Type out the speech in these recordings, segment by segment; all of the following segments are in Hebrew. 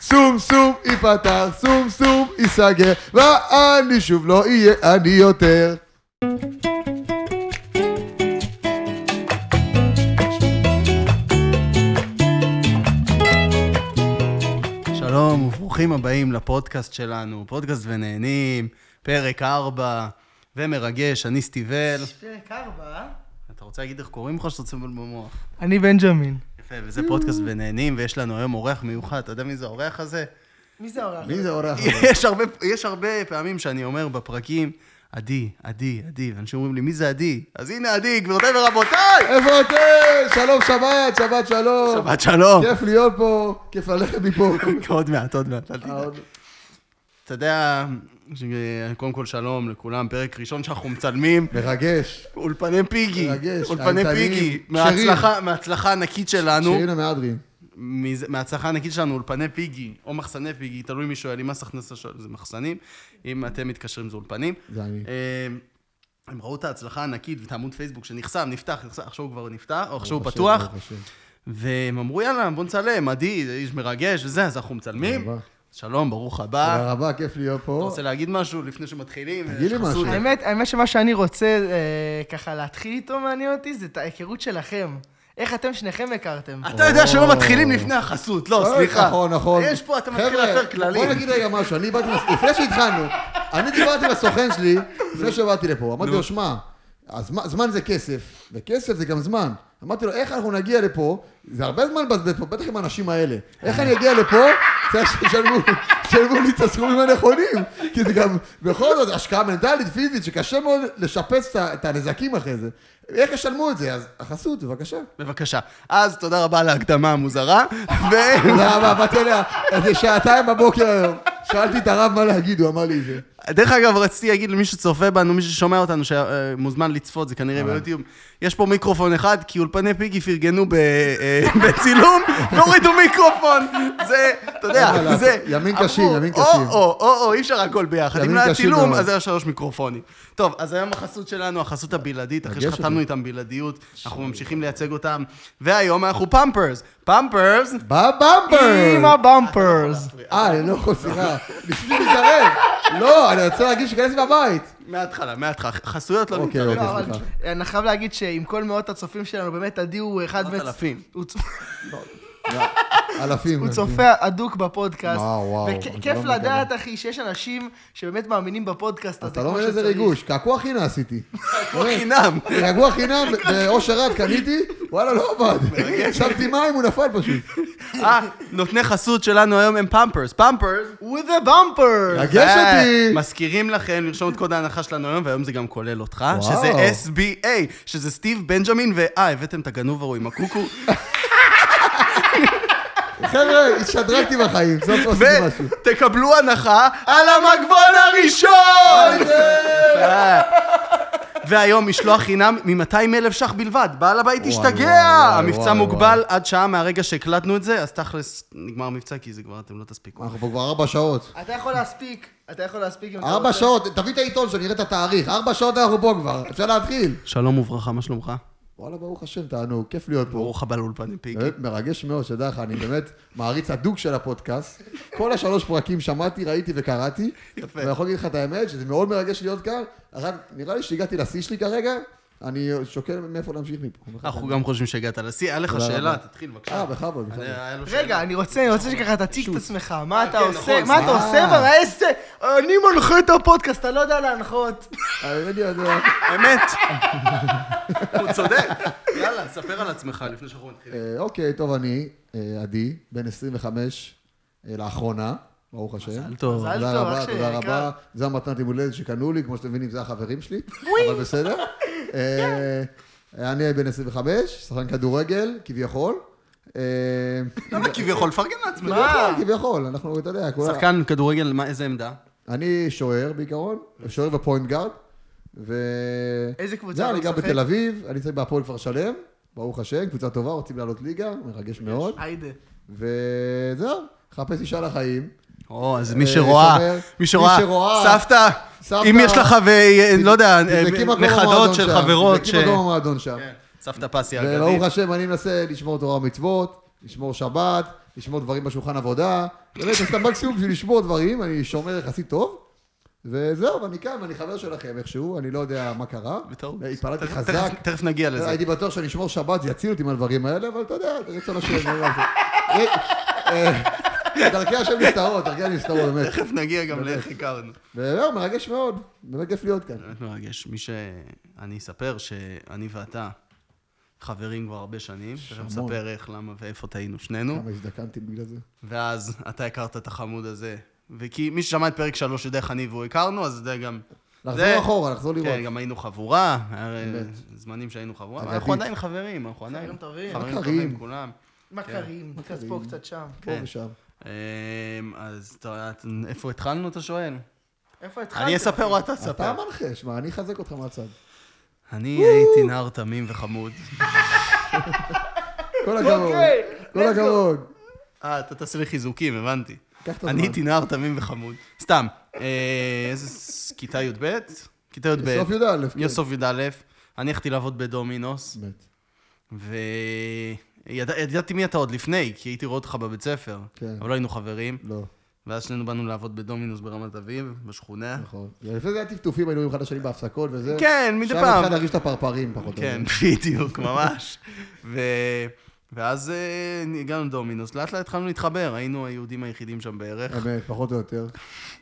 סום סום ייפתח, סום סום ייסגר, ואני שוב לא אהיה אני יותר. שלום וברוכים הבאים לפודקאסט שלנו, פודקאסט ונהנים, פרק 4, ומרגש, אני סטיבל. פרק ארבע. אתה רוצה להגיד איך קוראים לך או שאתה רוצה לבלבל במוח? אני בנג'מין. יפה, וזה פודקאסט ונהנים, ויש לנו היום אורח מיוחד, אתה יודע מי זה האורח הזה? מי זה האורח? מי זה אורח? יש הרבה, יש הרבה פעמים שאני אומר בפרקים, עדי, עדי, עדי, ואנשים אומרים לי, מי זה עדי? אז הנה עדי, גבירותיי ורבותיי! איפה אתם? שלום שבת, שבת שלום. שבת שלום! כיף להיות פה, כיף ללכת מפה. עוד מעט, עוד מעט, אל תדאג. עוד- אתה יודע, ש- קודם כל שלום לכולם, פרק ראשון שאנחנו מצלמים. מרגש. אולפני פיגי, מרגש, אולפני טלטלים, פיגי, שירים. מההצלחה- מההצלחה הענקית שלנו, שירינה מהדרין. מזה- מההצלחה הענקית שלנו, אולפני פיגי, או מחסני פיגי, תלוי מי שואל, אם מס הכנסה שואל, זה מחסנים, אם אתם מתקשרים זה אולפנים. זה אני. אה, הם ראו את ההצלחה הענקית ואת העמוד פייסבוק שנחסם, נפתח, נחסם, עכשיו הוא כבר נפתח, או עכשיו הוא ברוך פתוח, השם, ברוך השם. והם אמרו יאללה, בוא נצלם, עדי, זה איש מרגש וזה, אז אנחנו מצלמים. תודה רבה. שלום, ברוך הבא. תודה רבה, כיף להיות אתה פה. רוצה להגיד משהו לפני שמתחילים? תגיד לי יש לך משהו. סודה. האמת, האמת שמה שאני רוצה אה, ככה להתחיל איתו מעניין אותי, זה את ההיכרות שלכם. איך אתם שניכם הכרתם? אתה יודע שלא מתחילים לפני החסות, לא, אוי, סליחה. נכון, נכון. יש פה, אתה מתחיל חבר'ה, להפר כללים. בוא נגיד רגע משהו, אני באתי, לפני שהתחלנו, אני דיברתי עם הסוכן שלי, לפני שבאתי לפה, אמרתי לו, שמע, הזמן- זמן זה כסף, וכסף זה גם זמן. אמרתי לו, איך אנחנו נגיע לפה, זה הרבה זמן מבזבז פה, בטח עם האנשים האלה. איך אני אגיע לפה, צריך שישלמו שישלמו לי את הסכומים הנכונים. כי זה גם, בכל זאת, השקעה מנטלית, פיזית, שקשה מאוד לשפץ את ה- את הנזקים אחרי זה. איך ישלמו את זה? אז החסות, בבקשה. בבקשה. אז תודה רבה על ההקדמה המוזרה, ו... תודה רבה, באתי אליה איזה שעתיים בבוקר היום. שאלתי את הרב מה להגיד, הוא אמר לי את זה. דרך אגב, רציתי להגיד למי שצופה בנו, מי ששומע אותנו, שמוזמן לצפות, זה כנראה ביוטיוב, יש פה מיקרופון אחד, כי אולפני פיגי פרגנו ב- אה, בצילום, והורידו מיקרופון. זה, אתה אין מה יודע, לעשות. זה... ימין קשים, אמרו, ימין או, קשים. או, או, או, אי אפשר הכל ביחד. ימין אם לא היה קשים צילום, מאוד. אז היה שלוש מיקרופונים. טוב, אז היום החסות שלנו, החסות הבלעדית, אחרי מרגש אותי. שחתמנו איתם בלעדיות, אנחנו ממשיכים לייצג אותם, והיום אנחנו פאמפרס. פאמפרס, עם בבמפר! הבמפרס. אה, אני לא יכול, סליחה. ניסיתי להתערב. לא, אני רוצה להגיד שייכנס מהבית. מההתחלה, מההתחלה, חסויות לא אוקיי, נתערב. אוקיי, לא, אבל סליחה. אני חייב להגיד שעם כל מאות הצופים שלנו, באמת עדי הוא אחד... מאות מצ- אלפים. הוא צ- אלפים. הוא צופה הדוק בפודקאסט. וואו, וואו, אני וכיף לא לדעת, אחי, שיש אנשים שבאמת מאמינים בפודקאסט הזה. אתה לא כמו מבין איזה שצריך. ריגוש, קעקוע חינם עשיתי. או אוקיי. לא חינם. קעקוע חינם באושר עד קניתי, וואלה, לא עבד. שמתי מים, הוא נפל פשוט. אה, נותני חסות שלנו היום הם פאמפרס. פאמפרס. With the bumpers! רגש אותי. מזכירים לכם לרשום את קוד ההנחה שלנו היום, והיום זה גם כולל אותך, וואו. שזה SBA, שזה סטיב בנג'מין, ואה, הבאתם את הגנוב ההוא עם הקוקו, חבר'ה, התשדרגתי בחיים, סוף סוף עשיתי משהו. ותקבלו הנחה על המגבון הראשון! אה. והיום משלוח חינם מ-200 אלף ש"ח בלבד, בעל הבית וואי, השתגע! וואי, וואי, המבצע וואי, מוגבל עד שעה מהרגע שהקלטנו את זה, אז תכלס נגמר המבצע, כי זה כבר אתם לא תספיקו. אנחנו פה כבר ארבע שעות. אתה יכול להספיק, אתה יכול להספיק אם אתה ארבע שעות, תביא את העיתון שנראה את התאריך. ארבע שעות אנחנו פה כבר, אפשר להתחיל. שלום וברכה, מה שלומך? וואלה, ברוך השם, תענוג, כיף להיות פה. ברוך הבא לאולפני פיקי. באמת מרגש מאוד, שדע לך, אני באמת מעריץ הדוק של הפודקאסט. כל השלוש פרקים שמעתי, ראיתי וקראתי. יפה. ואני יכול להגיד לך את האמת, שזה מאוד מרגש להיות כאן. רק נראה לי שהגעתי לשיא שלי כרגע, אני שוקל מאיפה להמשיך מפה. אנחנו גם חושבים שהגעת לשיא. היה לך תודה שאלה, רבה. תתחיל אה, בבקשה. בכבוד, בכבוד. אני- היה לו שאלה. רגע, אני רוצה, אני רוצה שככה תציג את עצמך, מה אתה כן, עושה, נכון, מה אתה סליחה. עושה ברעסת? אני מנחה את הפודקאסט, אתה לא יודע להנחות. האמת היא, אני יודע. אמת. הוא צודק. יאללה, ספר על עצמך לפני שאנחנו מתחילים. אה, אוקיי, טוב, אני אה, עדי, בן 25, אה, לאחרונה, ברוך השם. מזל טוב. מזל תודה טוב, רבה, אח שלי תודה היקר. רבה. זה המתנת יום הולדת שקנו לי, כמו שאתם מבינים, זה החברים שלי, אבל בסדר. אה, אני בן 25, שחקן כדורגל, כביכול. אה, למה לא כביכול? פרגן לעצמך. כביכול, כביכול, אנחנו, אתה יודע, כולם... שחקן כדורגל, מה- איזה עמדה? אני שוער בעיקרון, שוער ופוינט גארד. ו... איזה קבוצה זהו, אתה אני גר משחק? בתל אביב, אני צריך בהפועל כפר שלם, ברוך השם, קבוצה טובה, רוצים לעלות ליגה, מרגש מאוד. היידה. וזהו, חפש אישה לחיים. או, אז מי אה, שרואה, שומר. מי שרואה, מי שרואה. סבתא, סבתא. אם יש לך, ו- לא יודע, תבדקי אה, מקום נכדות במועדון של שם, חברות, ש- תבדקי מקום המועדון שם. כן, סבתא פסי וברוך אגדית. השם, אני מנסה לשמור תורה ומצוות, לשמור שבת, לשמור דברים בשולחן עבודה. באמת, עשית מקסימום בשביל לשמור דברים, אני שומר יחסית טוב. וזהו, ואני כאן, ואני חבר שלכם איכשהו, אני לא יודע מה קרה. בטעות. התפרעתי תכף- אה, חזק. תכף- תכף נגיע לזה. הייתי בטוח שאני אשמור שבת, זה יציל אותי מהדברים האלה, אבל אתה יודע, רצון השם. לא יודע. אה, אה, דרכי השם נסתרות, דרכי השם נסתרות, באמת. תכף נגיע לא גם לאיך הכרנו. וזהו, מרגש מאוד, באמת כיף להיות כאן. באמת מרגש. מי ש... אני אספר שאני ואתה חברים כבר הרבה שנים, תכף המון. נספר איך, למה ואיפה טעינו שנינו. כמה הזדקנתי בגלל זה. ואז אתה הכרת את החמוד הזה. וכי מי ששמע את פרק שלוש יודע איך אני והוא הכרנו, אז יודע גם... לחזור זה- אחורה, לחזור לראות. כן, גם היינו חבורה, היה באמת. זמנים שהיינו חבורה, אגדית. אבל אנחנו עדיין חברים, אנחנו עדיין חברים טובים. חברים מכרים. טובים, כולם. מכרים, קצת פה, קצת שם. פה כן. ושם. אמ, אז אתה- איפה התחלנו, אתה שואל? איפה התחלתם? אני אספר או אתה אתה תספר? מנחה, שמע, אני אחזק אותך מהצד. אני הייתי נער תמים וחמוד. כל הכבוד, אוקיי, כל let's go. הכבוד. אה, אתה תעשה לי חיזוקים, הבנתי. קח את הזמן. אני הייתי נער תמים וחמוד. סתם, אה, איזה ס- כיתה י"ב? כיתה י"ב. סוף י"א. כן. יוסוף י"א. אני הלכתי לעבוד בדומינוס, באמת, וידעתי מי אתה עוד לפני, כי הייתי רואה אותך בבית ספר. כן. אבל לא היינו חברים. לא, ואז שנינו באנו לעבוד בדומינוס ברמת אביב, בשכונה. נכון. לפני זה היה טפטופים, היינו עם אחד השני בהפסקות וזה. כן, מדי שם פעם. התחלתי להרגיש את הפרפרים פחות או כן, יותר. בדיוק, ממש. ו... ואז אה, הגענו לדומינוס, לאט לאט התחלנו להתחבר, היינו היהודים היחידים שם בערך. אמת, פחות או יותר.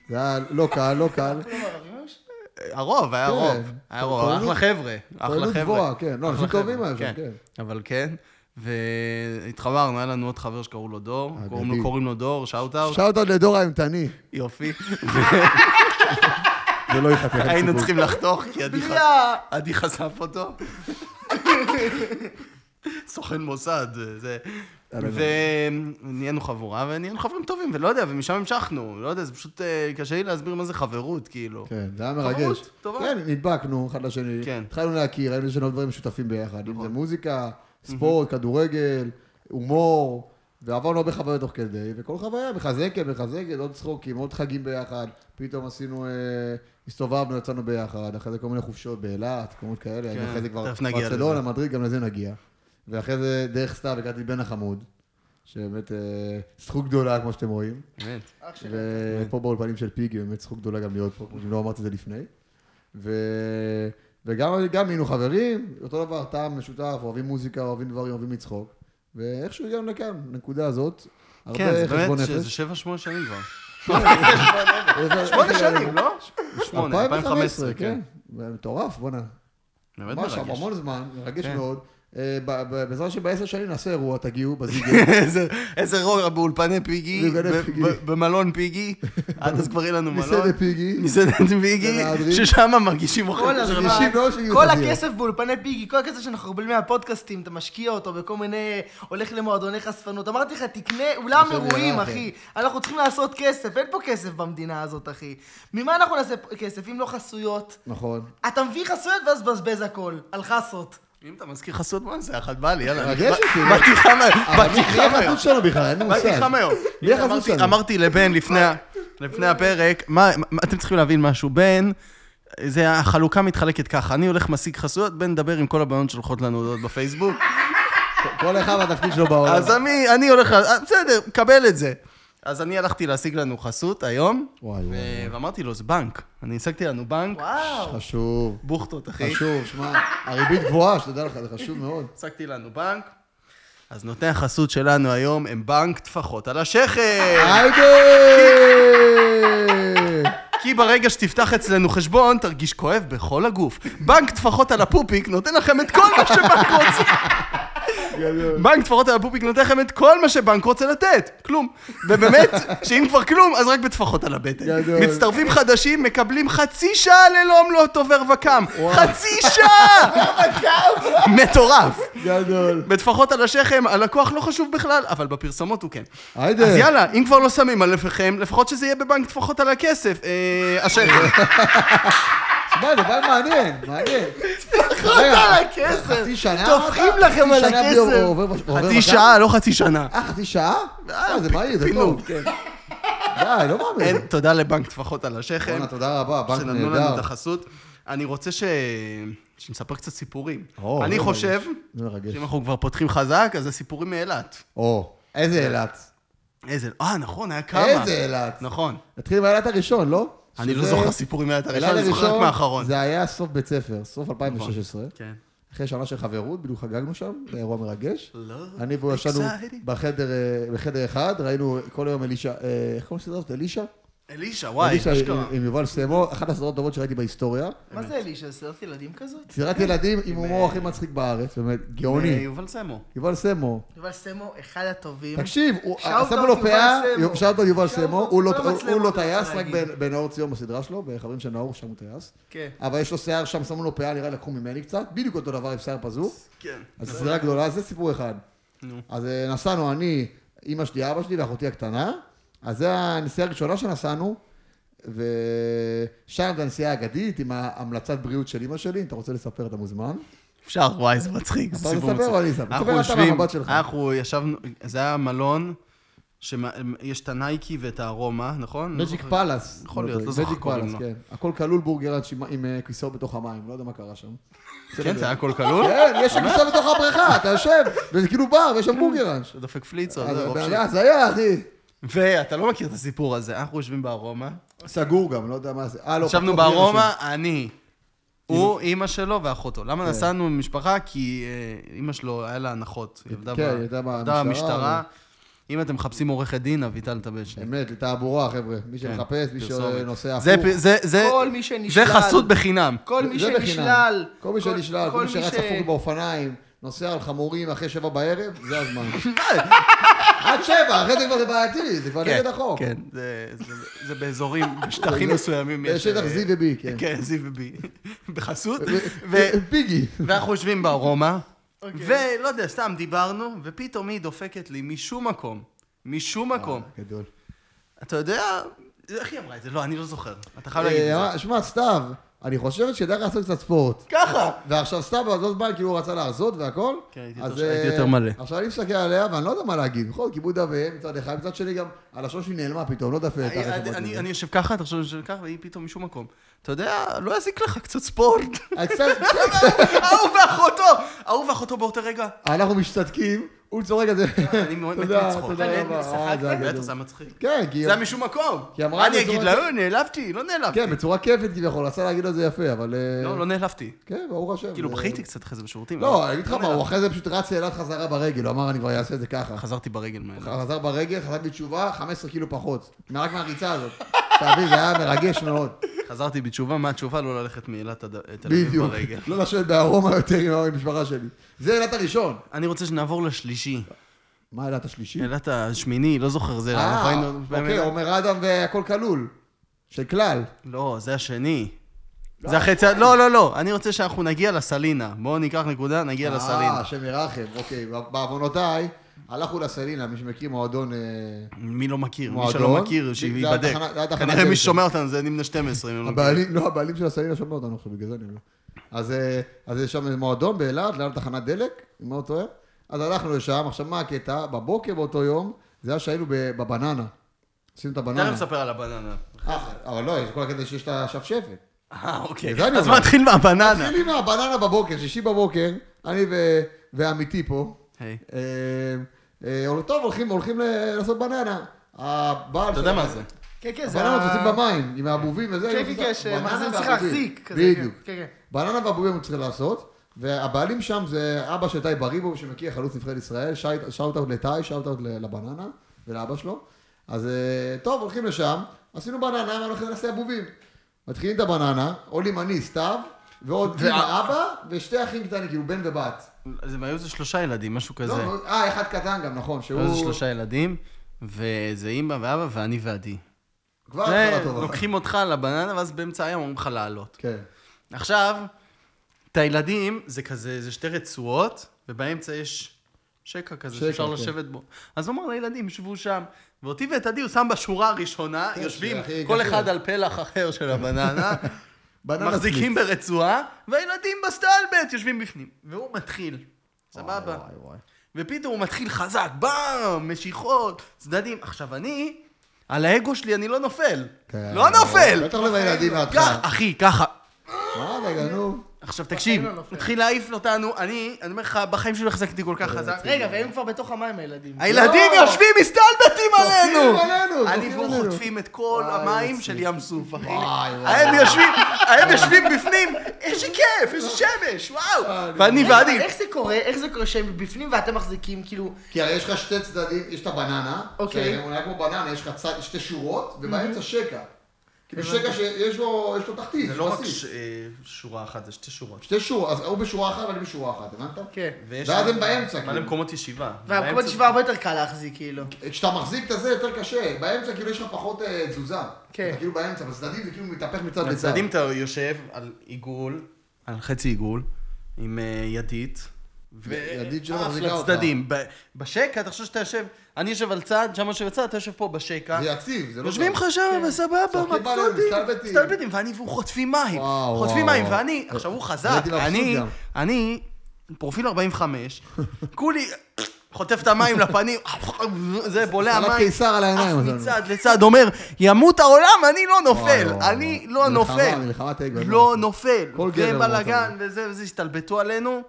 זה היה לא קל, לא קל. כולם ערבים היו שם? הרוב, היה כן. רוב. היה רוב, התפללות- אחלה חבר'ה. אחלה התפללות חבר'ה. גבוהה, כן. לא, אחלה אנשים חבר'ה, טובים היו שם, כן. אבל כן, והתחברנו, היה לנו עוד חבר שקראו לו דור, אגדי. קוראים לו- קוראים לו דור, שאוט אאוט, שאוט עוד לדור האימתני. יופי. זה לא ייחתך. היינו צריכים לחתוך, כי עדי ח- בלייה! עדי חשף אותו. סוכן מוסד, זה... יאללה, ונהיינו חבורה, ונהיינו חברים טובים, ולא יודע, ומשם המשכנו, לא יודע, זה פשוט אה, קשה לי להסביר מה זה חברות, כאילו. כן, זה היה חברות, מרגש. טובה. כן, נדבקנו אחד לשני. כן. נכון. התחלנו להכיר, היינו לשנות דברים משותפים ביחד. אם זה מוזיקה, Mhm. ספורט, כדורגל, הומור, ועברנו הרבה חוויות תוך כדי, וכל חוויה מחזקת, מחזקת, עוד צחוקים, עוד חגים ביחד. פתאום עשינו, אה, הסתובבנו, יצאנו ביחד, אחרי זה כל מיני חופשות באילת, כל מיני כאלה, כן, היינו אחרי זה כבר תכף נגיע ברצלונה, מדריד, גם לזה נגיע. ואחרי זה, דרך סתיו, הגעתי לבן החמוד, שבאמת אה, זכות גדולה, כמו שאתם רואים. באמת. אח שלי. ופה באולפנים של פיגי, באמת זכות גדולה גם להיות פה, אם לא אמרתי את זה לפני. ו... וגם גם היינו חברים, אותו דבר, טעם משותף, אוהבים מוזיקה, אוהבים דברים, אוהבים לצחוק. ואיכשהו הגענו לכאן, הנקודה הזאת. הרבה כן, זה חשבון נפש. באמת, שזה שבע, שמונה שנים כבר. איזה- שמונה איזה- שנים, לא? שמונה, 2015, 2015, כן. כן. מטורף, בואנה. באמת ממש מרגש. המון זמן, מרגש כן. מאוד. אה, ב- ב- בעזרת השם בעשר שנים נעשה אירוע, תגיעו, בזיגר. איזה- איזה רוע באולפני פיגי, באולפני ב- פיגי. ב- במלון פיגי, עד אז כבר יהיה לנו מלון. מסעדת פיגי. מסעדת פיגי, ומהדרין. ששם מרגישים אוכל כל הזמן. הזמן, אנשים לא שהגיעו כל חזיר. הכסף באולפני פיגי, כל הכסף שאנחנו מקבלים מהפודקאסטים, אתה משקיע אותו בכל מיני, הולך למועדוני חשפנות. אמרתי לך, תקנה אולם עכשיו אירועים, נראה, אחי. אנחנו צריכים לעשות כסף, אין פה כסף במדינה הזאת, אחי. ממה אנחנו נעשה פה כסף, אם לא חסויות? נכון. אתה מביא חסויות ואז מבזבז הכל, על חסות. אם אתה מזכיר חסות, מה זה? אחת בא לי, יאללה. מרגש אותי. לא? באתי חם היום, אבל מי באתי חם היום. החסות שלנו בכלל? אין לי מושג. באתי חם היום. מי החסות אמרתי- שלנו? אמרתי לבן לפני ה- לפני הפרק, מה, מה- אתם צריכים להבין משהו, בן... זה החלוקה מתחלקת ככה, אני הולך משיג חסויות, בן מדבר עם כל הבנות שהולכות לנו הודעות בפייסבוק, כל אחד והתפקיד שלו בעולם. אז אני, אני הולך, אה, בסדר, קבל את זה. אז אני הלכתי להשיג לנו חסות היום, וואי, ו- וואי. ואמרתי לו, זה בנק. אני השגתי לנו בנק, וואו. חשוב. בוכטות, אחי. חשוב, אה, שמע, הריבית גבוהה, שתדע לך, זה חשוב מאוד. השגתי לנו בנק. אז נותני החסות שלנו היום הם בנק טפחות על אה? השכם. היידה! כי ברגע שתפתח אצלנו חשבון, תרגיש כואב בכל הגוף. בנק טפחות על הפופיק נותן לכם את כל מה שבנק רוצה. בנק טפחות על הפופיק נותן לכם את כל מה שבנק רוצה לתת. כלום. ובאמת, שאם כבר כלום, אז רק בטפחות על הבטן. גדול. מצטרפים חדשים, מקבלים חצי שעה ללא עמלות עובר וקם. חצי שעה! מטורף. גדול. בטפחות על השכם, הלקוח לא חשוב בכלל, אבל בפרסומות הוא כן. היידה. אז יאללה, אם כבר לא שמים על לפיכם, לפחות שזה יהיה בבנק טפחות על הכסף. אה, השכם. שמע, זה בא מעניין, מעניין. חסות על הכסף. חצי שנה? טופחים אמרת? לכם חצי על שנה בלי- הכסף. עובר- עובר בקו? חצי שעה, לא חצי שנה. אה, חצי שעה? אה, זה מהיר, זה פינוק, טוב. כן. די, לא מאמין. אין, תודה לבנק טפחות על השכם, בואנה, תודה רבה, בנק שנתנו לנו את נהדר. החסות. אני רוצה ש... שנספר קצת סיפורים. או, לא אני זה חושב מרגש. זה מרגש. שאם אנחנו כבר פותחים חזק, אז זה סיפורים מאילת. או, איזה אילת. איזה, אה, נכון, היה כמה. איזה אילת. נכון. נתחיל עם האילת הראשון, לא? אני לא שזה- זוכר סיפור עם הילד הראשון, אני זוכר רק מהאחרון. זה היה סוף בית ספר, סוף 2016. כן. אחרי שנה של חברות, בדיוק חגגנו שם, זה אירוע מרגש. לא, אני והוא ישנו exciting. בחדר, אה, בחדר אחד, ראינו כל היום אלישע, אה, איך קוראים לסדרה הזאת? אלישע? אלישע, וואי, אלישע אה, אשכרה. עם- עם יובל סמו, אחת הסדרות הטובות שראיתי בהיסטוריה. מה זה אלישע? סדרת ילדים כזאת? סדרת ילדים עם הומור הכי מצחיק בארץ, באמת, אה, גאוני. יובל סמו. יובל סמו. יובל סמו, אחד הטובים. תקשיב, הוא- שאוט שמו אאוט לו יובל פאה, סמו. שאוט אאוט יובל שאוט סמו, אאוט הוא לא- כל הוא- המצלמות, הוא לא אתה טייס, צריך רק להגיד. בן- בנאור ציון בסדרה שלו, בחברים של נאור, שם הוא טייס. כן. אבל יש לו שיער שם, שמו לו פאה, נראה לקחו ממני קצת, בדיוק אותו דבר עם שיער פזור. כן. אז לא זו סדרה גדולה, זה סיפור אחד. אז אה, נסענו אני, אימא שלי, אבא שלי ואחותי הקטנה, אז זו הנסיעה הראשונה שנסענו, ושם זו הנסיעה האגדית עם ההמלצת בריאות של אימא שלי, אם אתה רוצה לספר אתה מוזמן. אפשר, וואי, זה מצחיק, אתה זה סיפור תספר מצחיק. או אני אספר? אנחנו תספר אתה יושבים, מהמבט שלך. אנחנו ישבנו, זה היה מלון, שיש את הנייקי ואת הארומה, נכון? לא מג'יק זוכר. פלאס. יכול להיות, לא Magic זוכר איך קוראים Palace, לו. כן. הכל כלול בורגר עם- עם אה, כיסו בתוך המים, לא יודע מה קרה שם. כן, זה היה הכל כלול? כן, יש שם כיסו בתוך הבריכה, אתה יושב, וזה כאילו בר, ויש שם בורגראנץ'. אתה דופק פליצות, אז לא, זה רוב שלי. זה היה, אחי. ואתה לא מכיר את הסיפור הזה, אנחנו יושבים בארומה, סגור גם, לא יודע מה זה. אה, לא. ישבנו פתוח, בארומה, אני, הוא, אימא שלו ואחותו. כן. למה נסענו עם משפחה? כי אה, אימא שלו, היה לה הנחות. היא עבדה כן, ב- היא עבדה עבדה במשטרה, במשטרה. אם אתם מחפשים עורכת דין, אביטל טבשני. אמת, לתעבורה, חבר'ה. מי כן, שמחפש, מי פרסומת. שנוסע זה הפוך. פ- זה- זה- כל מי שנשלל. זה חסות בחינם. כל מי זה בחינם. שנשלל. כל מי שנשלל, כל מי שרץ ש- הפוך באופניים, נוסע על חמורים אחרי שבע בערב, זה הזמן. עד שבע, אחרי זה כבר זה בעייתי, זה כבר כן, נגד החוק. כן, זה- זה- זה באזורים, בשטחים מסוימים. יש, בשטח אה, זי ובי, כן. כן, זיו ובי. בחסות. ו- ו- פיגי. ואנחנו יושבים בארומה, אוקיי. ולא יודע, סתם דיברנו, ופתאום היא דופקת לי משום מקום. משום מקום. גדול. אתה יודע, איך היא אמרה את זה? לא, אני לא זוכר. אתה חייב להגיד את זה. כן. אה, שמע, סתיו, אני חושבת שדרך לעשות קצת ספורט. ככה! ועכשיו סתיו באזוז בא, כאילו הוא רצה להרזות והכל. כן, הייתי אז, יותר- הייתי אה, יותר מלא. עכשיו אני מסתכל עליה, ואני לא יודע מה להגיד. בכל זאת, כיבוד אב ואם מצד אחד, מצד שני גם, הלשון שלי נעלמה פתאום, לא דווקא את אני- הרחם אני- הזה. אני אני יושב ככה, אתה חושב שאני יושב ככה, והיא פתאום משום מקום. אתה יודע, לא יזיק לך קצת ספורט. אז אה, קצת- קצת- ההוא ואחותו! ההוא ואחותו באותו רגע. אנחנו משתתקים, הוא צורק את זה. לא, אני מאוד מת תודה, לצחוק. תודה אני רבה. צחקתי, אה, זה היה גדול. בטח, זה היה מצחיק. כן, כי... זה היה משום מקום. כי אמרה אני לי אגיד בצורה- לה, "אה, נעלבתי, לא נעלבתי. כן, בצורה כיפית כביכול, רצה להגיד לו זה יפה, אבל... אה, לא, לא נעלבתי. כן, ברוך השם. כאילו, זה- בכיתי קצת אחרי זה בשירותים. לא, אבל- אני אגיד לך מה, הוא אחרי זה פשוט רץ לאילת חזרה ברגל, הוא אמר אני כבר אעשה את זה ככה. חזרתי ברגל מהר. חזר ברגל, חזר בתשובה, 15 קילו פחות. רק מהריצה הזאת. תבין, זה היה מרגש מאוד. חזרתי בתשובה, מה התשובה? לא ללכת מאילת עד אה, תל אביב בדיוק. ברגל. לא לשבת בארומה יותר עם המשפחה שלי. זה אילת הראשון. אני רוצה שנעבור לשלישי. מה אילת השלישי? אילת השמיני, לא זוכר, זה... נכון? אנחנו אה, היינו- אוקיי, עומר אדם והכל כלול. של כלל. לא, זה השני. זה החצי... לא, לא, לא. אני רוצה שאנחנו נגיע לסלינה. בואו ניקח נקודה, נגיע לסלינה. אה, השם ירחם, אוקיי. בעוונותיי, הלכנו לסלינה, מי שמכיר מועדון... אה, מי לא מכיר? מי מועדון? שלא מכיר, זה היה שייבדק. תחנה- זה היה תחנת כנראה טלפון. מי ששומע אותנו זה נמנה 12. אם הם לא מכירים. הבעלים, לא, הבעלים של הסלינה שומע אותנו עכשיו, בגלל זה אני אומר. אז אה, אז יש שם מועדון באילת, ליד תחנת דלק, אם אני לא טועה. אז הלכנו לשם, עכשיו מה הקטע? בבוקר באותו יום, זה היה שהיינו ב- בבננה. עשינו את תכף הבננה. נספר על הבננה. אה, אבל לא, יש כל הקטע שיש את השפשפת. אה, אוקיי. זה אני אז אומר. נתחיל מהבננה. מתחילים מהבננה בבוקר, שישי בבוקר, אני ו- ועמיתי פה. היי. אה, אה, אבל טוב, הולכים, הולכים ל- לעשות בננה. הבעל אתה יודע מה זה? כן, כן, זה... בננות ה- עושים במים, עם העבובים וזה. כן, כן, כן, שמחזיר בננה צריך ועבובים. להחזיק. כזה, בדיוק. כן, כן. בננה ועבובים הוא צריך לעשות, והבעלים שם זה אבא של טי בריבו, שמכיר חלוץ נבחרת ישראל, שאוט- שאוט אאוט לטי, שאוט אאוט ל- לבננה ולאבא שלו. אז אה, טוב, הולכים לשם, עשינו בננה, אמרנו הולכים נעשה עבובים. מתחילים את הבננה, עולים אני, סתיו, ועוד וה- אימא, אבא, ושתי אחים קטנים, כאילו בן ובת. אז הם היו איזה שלושה ילדים, משהו לא, כזה. אה, אחד קטן גם, נכון, היו איזה שהוא... שלושה ילדים, וזה אימא ואבא ואני ועדי. כבר זה, התחלה טובה. לוקחים אותך לבננה, ואז באמצע היום אומרים לך לעלות. כן. עכשיו, את הילדים, זה כזה, זה שתי רצועות, ובאמצע יש שקע כזה שקע, שאפשר כן. לשבת בו. אז הוא אמר לילדים, שבו שם. ואותי ואת עדי הוא שם בשורה הראשונה, כן, יושבים שזה הכי כל גדול. אחד על פלח אחר של הבננה, בננה מחזיקים ברצועה, והילדים בסטלבט יושבים בפנים. והוא מתחיל. סבבה. וואי, וואי. ופתאום הוא מתחיל חזק, באם, משיכות, צדדים. עכשיו אני, על האגו שלי אני לא נופל. כן. לא נופל! בטח לא בילדים מההתחלה. ככה, אחי, ככה. מה, רגע, נו. עכשיו תקשיב, בחיים לא נופל. התחיל להעיף אותנו, אני, אני אומר לך, בחיים שלי לא החזקתי כל כך חזק. רגע, והם כבר בתוך המים הילדים. הילדים אה, לא. יושבים מסתלבטים עלינו! עלינו, אני זורקים והוא עלינו. חוטפים את כל וואי, המים מצחיק. של ים סוף, אחי. וואי, וואי. הם יושבים, הם יושבים בפנים, איזה כיף, איזה שמש, וואו! אה, לא- ואני רגע, ועדי, אבל איך זה קורה? איך זה קורה שהם בפנים ואתם מחזיקים, כאילו... כי הרי יש לך שתי צדדים, יש את הבננה, אוקיי. שהיא אולי כמו בננה, יש לך צד, שתי שורות, ובאמצע שקע. כאילו שקע שיש לו, יש לו תחתית, זה יש לא רק בסיס. ש- אה, שורה אחת, זה שתי שורות. שתי שורות, אז הוא בשורה אחת ואני בשורה אחת, הבנת? כן. ויש- ואז הם באמצע, מלא כאילו. מקומות ישיבה. והמקומות באמצע- ישיבה הרבה יותר קל להחזיק, כאילו. כשאתה מחזיק את זה יותר קשה, באמצע כאילו יש לך פחות אה, תזוזה. כן. אתה כאילו באמצע, בצדדים זה כאילו מתהפך מצד לצד. בצדדים אתה יושב על עיגול, על חצי עיגול, עם אה, ידית. ו- ידית שלא עף מחזיקה אותך. לצדדים. ב- בשקע, אתה חושב שאתה יושב, אני יושב על צד, שם יושב בצד, אתה יושב פה בשקע. זה יציב, זה לא... יושבים טוב. לך שם, בסבבה, צוחקים עלינו, מסתלבטים. מסתלבטים, ואני והוא חוטפים מים, וואו, חוטפים וואו, מים, וואו. ואני, עכשיו הוא חזק, הייתי מבסוט אני, גם. אני, פרופיל 45, כולי חוטף את המים לפנים, זה בולע סלט מים, קיסר על העיניים, עף אבל. מצד לצד, אומר, ימות העולם, אני לא נופל, וואו, וואו. אני לא מלחמה, נופל, מלחמת אגו, אין מה לא לעשות. נופל, כל גבר לא רוצה ובלאגן וזה, וזה, הסתלבטו עלינו,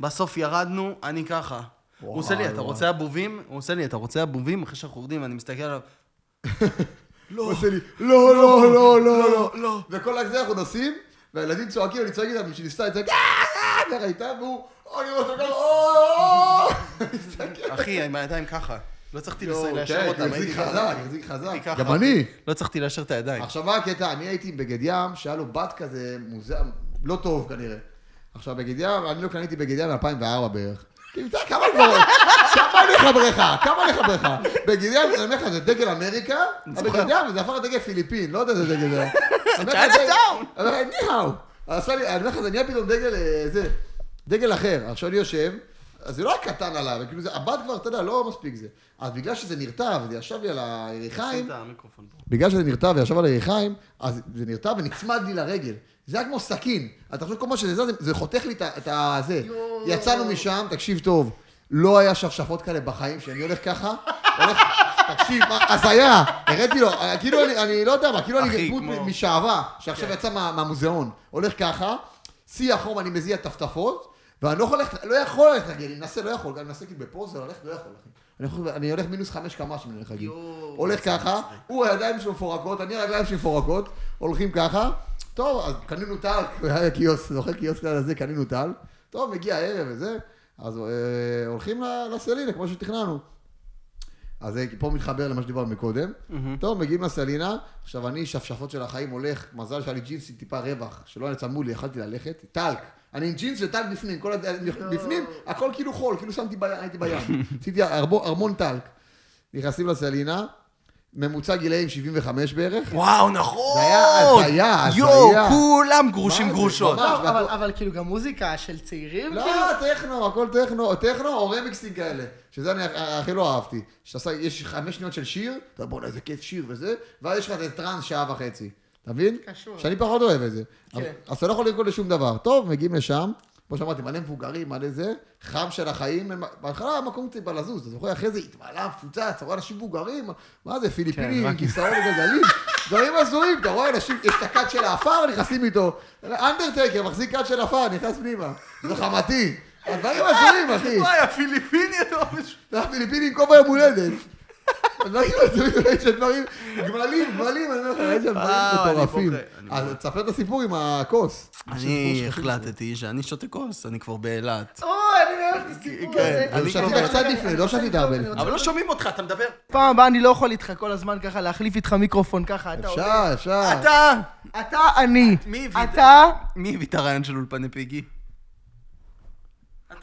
בסוף ירדנו, אני ככה. הוא וואי, עושה לי, אתה וואי. רוצה הבובים? הוא עושה לי, אתה רוצה הבובים? אחרי שאנחנו יורדים, אני מסתכל עליו, הוא עושה לי, לא, לא, לא, לא, לא, לא. לא. וכל הגזר אנחנו נוסעים, והילדים צועקים, אני צועק איתם, בשביל ניסה, אני צועק, "אה, אה, אה", ככה איתם, והוא, "אוי, אני רואה אותו ככה, "אוי, אוי". מסתכל. אחי, עם הידיים ככה. לא הצלחתי לס- יואו, ליישר כן, אותם, כי הוא החזיק הייתי חזק, ככה. החזיק הייתי חזק. ככה. גם אני. לא הצלחתי ליישר את הידיים. עכשיו, מה הקטע? אני הייתי בגד ים, שהיה לו בת כזה מוזר, לא טוב כנראה. עכשיו, בגד ים, אני לא קניתי בגד ים מ-2004 בערך. כאילו, אתה יודע, כמה כבר... כמה אני לך בריכה? כמה אני לך בריכה? בגד ים, אני אומר לך, זה דגל אמריקה, אבל בגד ים זה הפך לדגל פיליפין, לא יודע איזה דגל זה. צ'יינה טאון. אני אומר לך, ניהאו. עשה לי, אני אומר לך, זה נהיה פתאום דגל, אה, זה, דגל אחר. עכשיו אני יושב, אז זה לא היה קטן עליו, כאילו, זה- הבת כבר, אתה יודע, לא מספיק זה. אז בגלל שזה נרטב, זה ישב לי על הירכיים, שים את המיקרופון פה. בגלל שזה נרטב וישב על הירכיים, אז זה נרטב ונצמד לי לרגל. זה היה כמו סכין. אתה חושב כל מה שזה זז, זה חותך לי את ה- את ה... זה. יצאנו משם, תקשיב טוב, לא היה שפשפות כאלה בחיים, שאני הולך ככה, הולך... תקשיב, מה- הזיה. הראיתי לו, כאילו אני, אני לא יודע מה, כאילו אחי, אני דמות כמו- משעווה, שעכשיו יצא מה- מהמוזיאון. הולך ככה, שיא החום, אני מזיע טפטפות, ואני לא יכול ללכת, לא יכול ללכת רגל, אני מנסה, לא יכול, אני מנסה כאילו בפוזה, הולך, לא יכול. אחי. אני הולך- אני הולך מינוס חמש קמ"ש, אני הולך להגיד. יואו. הולך ככה, הוא הידיים שלו מפורקות, אני הרגליים שלי מפורקות, הולכים ככה, טוב, אז קנינו טל, היה קיוסק, זוכר קיוסק על הזה, קנינו טל, טוב, מגיע הערב וזה, אז אה, הולכים ל- לסלינה, כמו שתכננו. אז אה, פה מתחבר למה שדיברנו מקודם. טוב, מגיעים לסלינה, עכשיו אני, שפשפות של החיים, הולך, מזל שהיה לי ג'ינס עם טיפה רווח, שלא היה צמוד לי, יכלתי ללכת, טלק. אני עם ג'ינס וטלק בפנים, כל הד... בפנים, הכל כאילו חול, כאילו שמתי בים, הייתי בים. עשיתי ארמון- ארמון טלק. נכנסים לסלינה, ממוצע גילאים 75 בערך. וואו, נכון! זה היה הזיה, הזיה. יואו, כולם גרושים מה זה, גרושות. ממש. לא, אבל- והכל- אבל כאילו גם מוזיקה של צעירים, לא, כאילו... טכנו, הכל טכנו, או טכנו או רמיקסים כאלה. שזה אני הכ- הכי לא אהבתי. שעשה, יש חמש שניות של שיר, אתה בוא'נה, איזה כיף שיר וזה, ואז יש לך איזה טראנס שעה וחצי. אתה מבין? קשור. שאני פחות אוהב את זה. כן. אז- אז אתה לא יכול לרקוד לשום דבר. טוב, מגיעים לשם, כמו שאמרתי, מלא מבוגרים, מלא זה, חם של החיים, אין מה- בהתחלה המקום טיפה לזוז, אתה זוכר, אחרי זה התמלא, מפוצץ, אתה רואה אנשים מבוגרים, מה זה, כן, פיליפינים, רק- כיסאות וגלגלים, דברים הזויים, אתה רואה אנשים, יש את הכת של העפר, נכנסים איתו, אנדרטקר מחזיק כת של עפר, נכנס פנימה, זה חמתי, הדברים הזויים, אחי, וואי, הפיליפיני אתה ממש... והפיליפינים כל יום הולדת. הדברים הזויים, יש שם דברים, גמלים, גמלים, אני אומר לך, יש שם וואו, אה, אני דברים מטורפים. בוכה, אני אז תספר את הסיפור עם הכוס. אני החלטתי שאני שותה כוס, אני כבר באילת. אוי, אני אוהב את הסיפור כן, הזה. אני שתית כבר- קצת לפני, לא שתית הרבה לפני. אבל לא שומעים אותך, אתה מדבר. פעם הבאה אני לא יכול איתך כל הזמן ככה להחליף איתך מיקרופון ככה, אתה עולה. אפשר, אפשר. אתה! אתה אני. מי הביא את- אתה, אה. מי הביא את הרעיון של אולפני פיגי?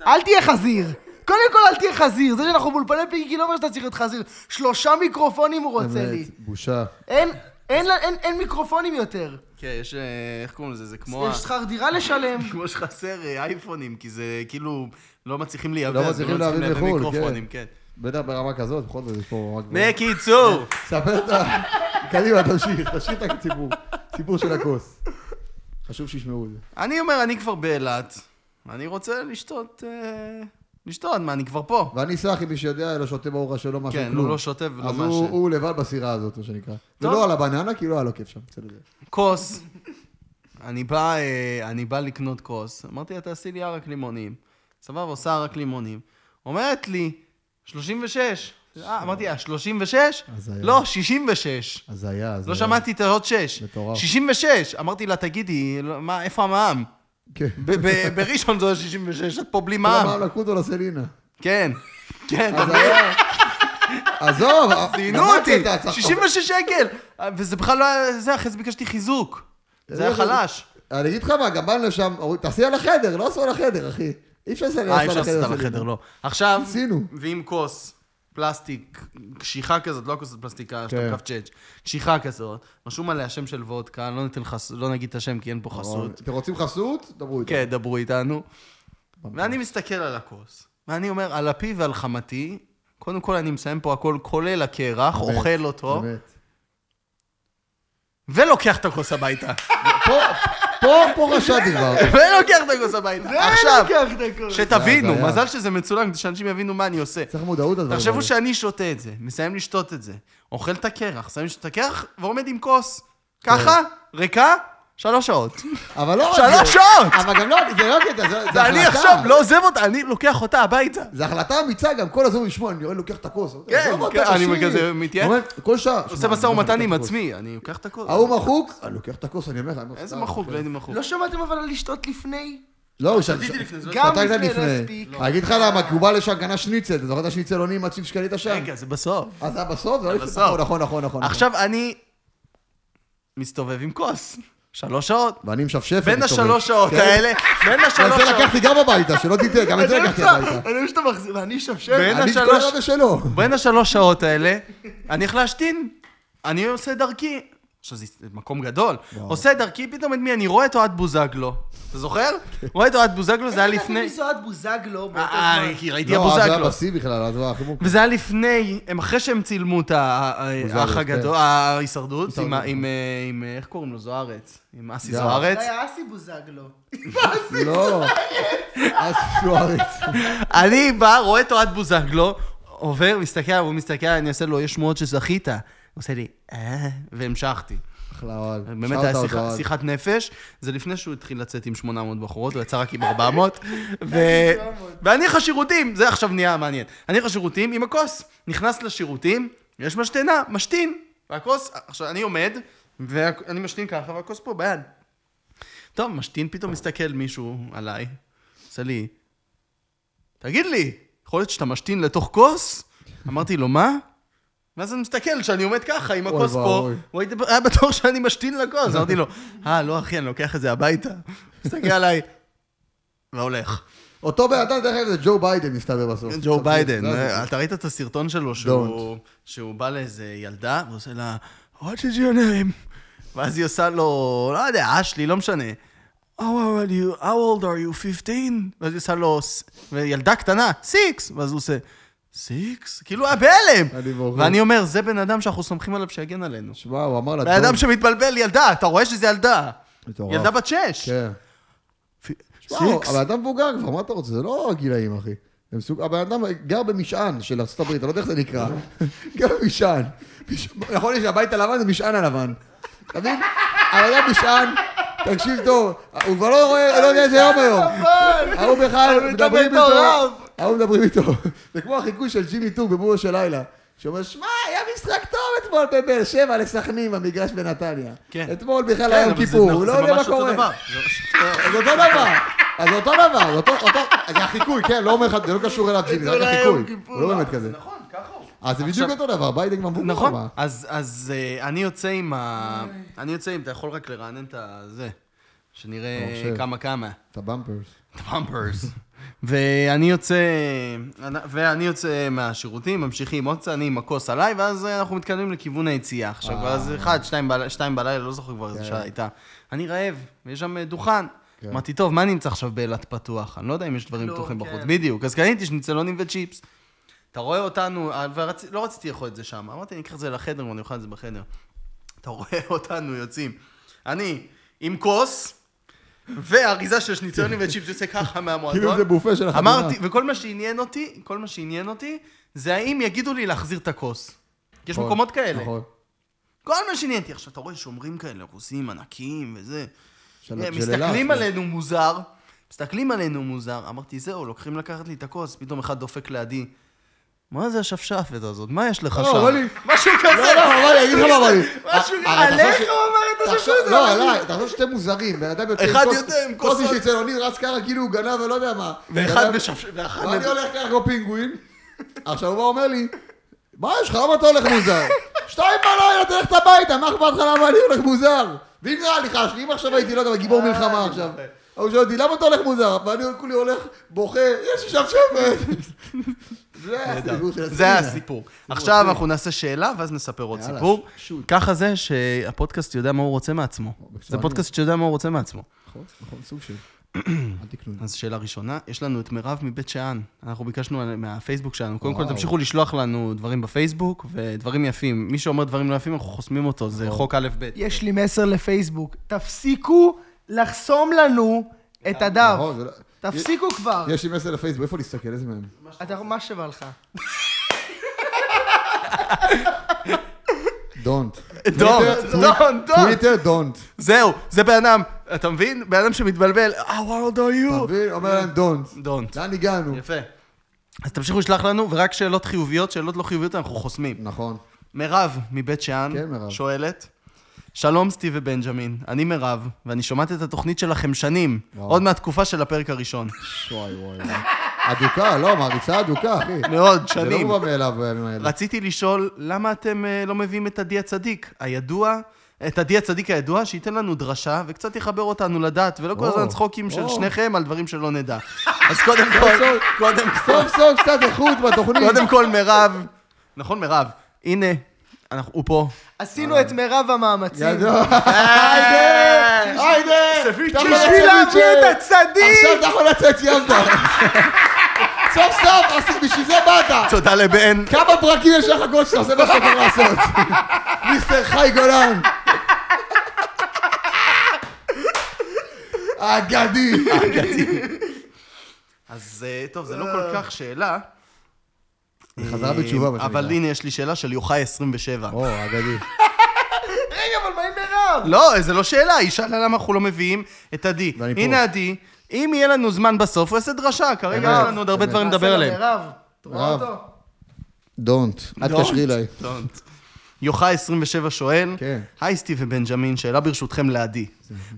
אל תהיה חזיר. קודם כל אל תהיה חזיר. זה שאנחנו באולפני פיקי לא אומר שאתה צריך להיות חזיר. שלושה מיקרופונים הוא רוצה לי. באמת, בושה. אין, אין, לה- אין, אין מיקרופונים יותר. כן, יש... אה, איך קוראים לזה? זה כמו... ה- יש שכר דירה לשלם. כמו שחסר אה, אייפונים, כי זה כאילו לא מצליחים לייבא, לא אז מצליחים לא מצליחים להביא לייבא מחו"ל, מיקרופונים, כן. בטח ברמה כזאת, בכל זאת יש פה רק... גבוהה. בקיצור, ספר את ה... קדימה, תמשיך, תשאיר את הסיפור. סיפור של הכוס. חשוב שישמעו את זה. אני אומר, אני כבר באילת, אני רוצה לשתות, אה, לשתות, מה, אני כבר פה. ואני סחי, מי שיודע, לא שותה ברוך השם, לא משהו כן, כלום. הוא לא שותה ולא אז משהו. הוא- הוא לבד בסירה הזאת, מה שנקרא. ולא על הבננה, כי לא היה לו כיף שם, בסדר. כוס, אני בא, אה, אני בא לקנות כוס, אמרתי לה, תעשי לי ערק לימונים. סבבה, עושה ערק לימונים. אומרת לי, 36. אה, אמרתי לה, 36? הזיה. לא, 66. אז היה, אז לא היה. שמעתי את העוד 6. מטורף. 66! אמרתי לה, תגידי, לא, מה, איפה המע"מ? כן. ב- ב- בראשון זה 66, את פה בלי כל מע"מ. המע"מ לקחו אותו לסלינה. כן, כן, לא- אז היה... עזוב, אה, ציינו גם אותי, הקטע, צריך- 66 שקל, וזה בכלל לא היה זה, אחרי זה ביקשתי חיזוק. זה לא, היה חלש. אני אגיד לך מה, גם באנו לשם, אמרו, תעשי על החדר, לא עשו על החדר, אחי. אי אפשר לעשות על החדר. אה, אי אפשר לעשות על סלינה. החדר, לא. עכשיו, ניסינו. ועם כוס פלסטיק, קשיחה כזאת, לא כוסת פלסטיקה, יש כן. לה כף צ'אץ', קשיחה כזאת, רשום עליה שם של וודקה, לא ניתן חס- לא נגיד את השם כי אין נכון. פה חסות. אתם רוצים חסות? דברו איתנו. כן, דברו איתנו. ואני מסתכל על הכוס, ואני אומר, על אפי ועל חמתי, קודם כל אני מסיים פה הכל, כולל הקרח, אוכל אותו, באמת. ולוקח את הכוס הביתה. פה, פה, פה רשעתי כבר. ולוקח את הכוס הביתה. עכשיו, לוקח את הכול. שתבינו, זה הבעיה. מזל שזה מצולם, כדי שאנשים יבינו מה אני עושה. צריך מודעות לדברים. תחשבו האלה. שאני שותה את זה, מסיים לשתות את זה, אוכל את הקרח, מסיים לשתות את הקרח, ועומד עם כוס. ככה, כן. ריקה, שלוש שעות. אבל לא רק שלוש זה. שעות! אבל גם לא, זה לא קטע, זה- זה ואני החלטה. עכשיו לא עוזב אותה, אני לוקח אותה הביתה. זה החלטה אמיצה, גם כל הזמן לשמוע, אני לוקח את הכוס. כן, עזוב אותה, כן, אני תשאירי. כזה מתייעץ. אומר, כל שעה. עושה שמע, משא אני לא לוקח ומתן את עם הכוס. עצמי, אני לוקח את הכוס. ההוא מחוק, אני לוקח את הכוס, אני אומר לך. אני אומר, איזה סתם, מחוק, כן. לא הייתי מחוק. לא שמעתם אבל על לשתות לפני? לא, הוא שם. שתיתי לפני, זה לא גם שתית לפני לא הספיק. אני אגיד לך למה, כי הוא בא לשם, קנה שניצל, אתה זוכר את השניצל עונים עד שקנית שם? רגע, זה בסוף. אז זה היה בסוף? זה לא לפני- בסוף. נכון, נכון, נכון, נכון. עכשיו אני מסתובב עם כוס. שלוש שעות. ואני משפשף. בין אני מסתובב. השלוש שעות כן. האלה, בין אבל השלוש זה שעות, לקחתי גם הביתה, שלא תטעה, גם את זה לקחתי כן הביתה. אני שאתה מחזיר, ואני שפשף. בין אני את כל השלוש- הרבע שלו. בין השלוש שעות האלה, אני הולך להשתין. אני עושה דרכי. עכשיו, זה מקום גדול. עושה דרכי, פתאום את מי? אני רואה את אוהד בוזגלו. אתה זוכר? רואה את אוהד בוזגלו, זה היה איך לפני... ידעתי זוהד בוזגלו באותו אה, זמן? כי ראיתי לא, אז זה היה הבוזגלו. בשיא בכלל, אז וואו, חיבוק. וזה היה לפני, הם אחרי שהם צילמו את ה- ה- בוזגלו, האח כן. הגדול, ההישרדות, הישרדות. עם, ה- עם, אה, עם, אה, איך קוראים לו? זוארץ. עם אסי גל. זוארץ. זה היה אסי בוזגלו. לא. אז שוארץ. אני בא, רואה את אוהד בוזגלו, עובר, מסתכל, הוא מסתכל, אני עושה לו, יש שמועות שזכית. הוא עושה לי, אה, והמשכתי. אחלה אוהד. באמת שרת היה אותו, שיחה- אוהד. שיחת נפש, זה לפני שהוא התחיל לצאת עם 800 בחורות, הוא יצא רק עם 400. ו- ואני חשירותים, זה עכשיו נהיה מעניין. אני חשירותים עם הכוס, נכנס לשירותים, יש משתנה, משתין. והכוס, עכשיו אני עומד, ואני משתין ככה, והכוס פה ביד. טוב, משתין, פתאום מסתכל מישהו עליי, עושה לי, תגיד לי, יכול להיות שאתה משתין לתוך כוס? אמרתי לו, מה? ואז אני מסתכל, שאני עומד ככה עם אוי הכוס פה, ואבוי. הוא היית- היה בטוח שאני משתין לכוס, אמרתי לו, אה, לא אחי, אני לוקח את זה הביתה. מסתכל עליי, והולך. אותו בן אדם, דרך אגב, זה ג'ו ביידן מסתבר בסוף. כן, ג'ו זה- ביידן, אה, זה- לא, זה- אתה ראית את הסרטון שלו שהוא- שהוא בא לאיזה ילדה ועושה לה, What is your name? ואז היא עושה לו, לא יודע, אשלי, לא משנה. How old are you? How old are you? 15? ואז היא עושה לו, "ס-" וילדה קטנה, 6! ואז הוא עושה, 6? כאילו היה אני בהלם! בוכה. ואני אומר, זה בן אדם שאנחנו סומכים עליו שיגן עלינו. שמע, הוא אמר לה, בן אדם "טוב, שמתבלבל, ילדה, אתה רואה שזה ילדה. מטורף." ילדה בת שש. כן. שמע, הוא- סיקס. הבן אדם מבוגר כבר, מה אתה רוצה? זה לא הגילאים, אחי. הם סוג- הבן אדם גר במשען של ארה"ב, אני לא יודע איך זה נקרא. גר במשען. מש- נכון לי שהבית הלבן זה משען הלבן. אתה מבין? הבן אדם משען, תקשיב טוב, הוא כבר לא רואה, לא יודע איזה יום היום. ההוא בכלל, הוא מדברים מקבל איתו, תורם. ההוא מדברים איתו. זה כמו החיקוי של ג'ימי טור בבורו של לילה. שאומר, שמע, היה משחק טוב אתמול בבאר שבע לסכנין במגרש בנתניה. כן. אתמול בכלל כן, היה יום אבל זה כיפור, נכון, הוא לא זה יודע מה ממש אותו דבר. קורה. זה ממש אותו דבר. אז אותו דבר, אז אותו דבר, אותו, אותו, זה החיקוי, כן, לא אומר לך, זה לא קשור אליו ג'ימי, זה רק אולי יום החיקוי, כיפור. הוא לא באמת כזה. נכון, ככה הוא. אז זה בדיוק עכשיו- אותו דבר, ביידן כבר מבוגר. נכון, מה? אז, אז אה, אני יוצא עם ה... אני יוצא עם, אתה יכול רק לרענן את הזה, שנראה המחשב. כמה כמה. את הבמפרס. פאמפרס. ואני יוצא, ואני יוצא מהשירותים, ממשיכים עוד צעד, אני עם הכוס עליי, ואז אנחנו מתקדמים לכיוון היציאה. עכשיו אה. כבר אז אחד, שתיים, בל, שתיים בלילה, לא זוכר כבר איזה שעה הייתה. אני רעב, ויש שם אה, דוכן. כן. אמרתי, טוב, מה נמצא עכשיו באילת פתוח? אני לא יודע אם יש דברים לא, פתוחים בחוץ. כן. בדיוק. אז קניתי שניצלונים וצ'יפס. אתה רואה אותנו, אה, ורצ... לא רציתי לאכול את זה שם. אמרתי, אני אקח את זה לחדר ואני אוכל את זה בחדר. אתה רואה אותנו יוצאים. אני עם כוס, ואריזה של שניצלונים וצ'יפס יוצא ככה מהמועדון. כאילו זה בופה של החתונה. אמרתי, וכל מה שעניין אותי, כל מה שעניין אותי, זה האם יגידו לי להחזיר את הכוס. כי יש נכון, מקומות כאלה. נכון. כל מה שעניין אותי. עכשיו, אתה רואה שומרים כאלה, רוסים ענקים וזה. של של אילת. כן. מסתכלים עלינו מוזר, מסתכלים עלינו מוזר. אמרתי, זהו, לוקחים לקחת לי את הכוס, פתאום אחד דופק לידי. מה זה השפשפת הזאת? מה יש לך שם? לא, אבל היא- משהו לא, כזה. לא, אבל אני אגיד לך מה, אבל היא- אה, משהו כזה, אה, תחשוב עליך ש- הוא אמר את השם תחשוב- הזה. לא, עליי, תחשוב שאתם מוזרים, בן אדם יוצא אחד יוצא עם כוסות. כוסי שאצל אוניל רץ ככה כאילו הוא גנב ולא יודע מה. ואחד בשבת. משפשף, ואחד... ואני הולך ככה כמו פינגווין, עכשיו הוא בא אומר לי, מה יש לך, למה אתה הולך מוזר? שתיים בלילה תלך הביתה, מה אכפת לך למה אני הולך מוזר? ואם נראה לי חש לי, אם עכשיו הייתי, לא יודע, גיבור מלחמה עכשיו. הוא שואל אותי, למה אתה הולך מוזר? ואני כולי הולך, בוכה, יש לי שם שבט. זה הסיפור של זה הסצנה. הסיפור. עכשיו עצוב. אנחנו נעשה שאלה, ואז נספר עוד יאללה, סיפור. שוט. ככה זה שהפודקאסט יודע מה הוא רוצה מעצמו. זה בקצוענים. פודקאסט שיודע מה הוא רוצה מעצמו. נכון, נכון, סוג של... אל תקנו. אז שאלה ראשונה, יש לנו את מירב מבית שאן. אנחנו ביקשנו על- מהפייסבוק שלנו. קודם כל, וואו. תמשיכו לשלוח לנו דברים בפייסבוק ודברים יפים. מי שאומר דברים לא יפים, אנחנו חוסמים אותו, זה נכון. חוק א'-ב'. יש לי מסר לפייסבוק, תפסיקו לחסום לנו את הדף. נכון, זה לא- תפסיקו כבר. יש לי מסר לפייסבוק, איפה להסתכל? איזה מהם? אתה מה שבא לך. Don't. Don't, don't, don't. טוויטר, don't. זהו, זה בן אדם, אתה מבין? בן אדם שמתבלבל, Ah, How old are אתה you? מבין? אומר להם don't. Don't. לאן הגענו? יפה. אז תמשיכו לשלוח לנו, ורק שאלות חיוביות, שאלות לא חיוביות אנחנו חוסמים. נכון. מירב מבית שאן, כן, מירב. שואלת, שלום סטיב ובנג'מין, אני מירב, ואני שומעת את התוכנית שלכם שנים, וואו. עוד מהתקופה של הפרק הראשון. וואי וואי וואי. אדוקה, לא, מעריצה אדוקה, אחי. מאוד, זה לא שנים. מובן מאליו בימים האלה. רציתי לשאול, למה אתם אה, לא מביאים את עדי הצדיק הידוע, את עדי הצדיק הידוע, שייתן לנו דרשה וקצת יחבר אותנו לדת, ולא כל או, הזמן צחוקים של או. לא שניכם על דברים שלא נדע. אז קודם כל, קודם כל, סוף סוף קצת איכות בתוכנית. קודם כל מירב, נכון מירב, הנה, אנחנו- הוא פה. עשינו את מירב המאמצים. אה, ידוע. אה, היידה! אתה יכול בשביל לצאת להביא מזה. את הצדיק! עכשיו אתה יכול לצאת, סיימת. סוף סוף, אז בשביל זה באת. תודה לבן. כמה פרקים יש לך הכל שאתה עושה מה שאתה יכול לעשות. מיסטר חי גולן. אגדי. אז אה, טוב, זה לא כל כך שאלה. חזרה אה, בתשובה, מה אבל שנקרא. הנה, יש לי שאלה של יוחאי 27. או, אגדי. רגע, אבל מה עם מירב? לא, זה לא שאלה, היא שאלה למה אנחנו לא מביאים את עדי. ואני פה. הנה עדי, אם יהיה לנו זמן בסוף, הוא יעשה דרשה, כרגע אמת, יש לנו עוד הרבה אמת. דברים לדבר עליהם. מירב, את רואה מירב. אותו? Don't. אל Don't. תשרי אליי. Don't. יוחאי 27 שואל, כן. היי סטיב ובנג'מין, שאלה ברשותכם לעדי.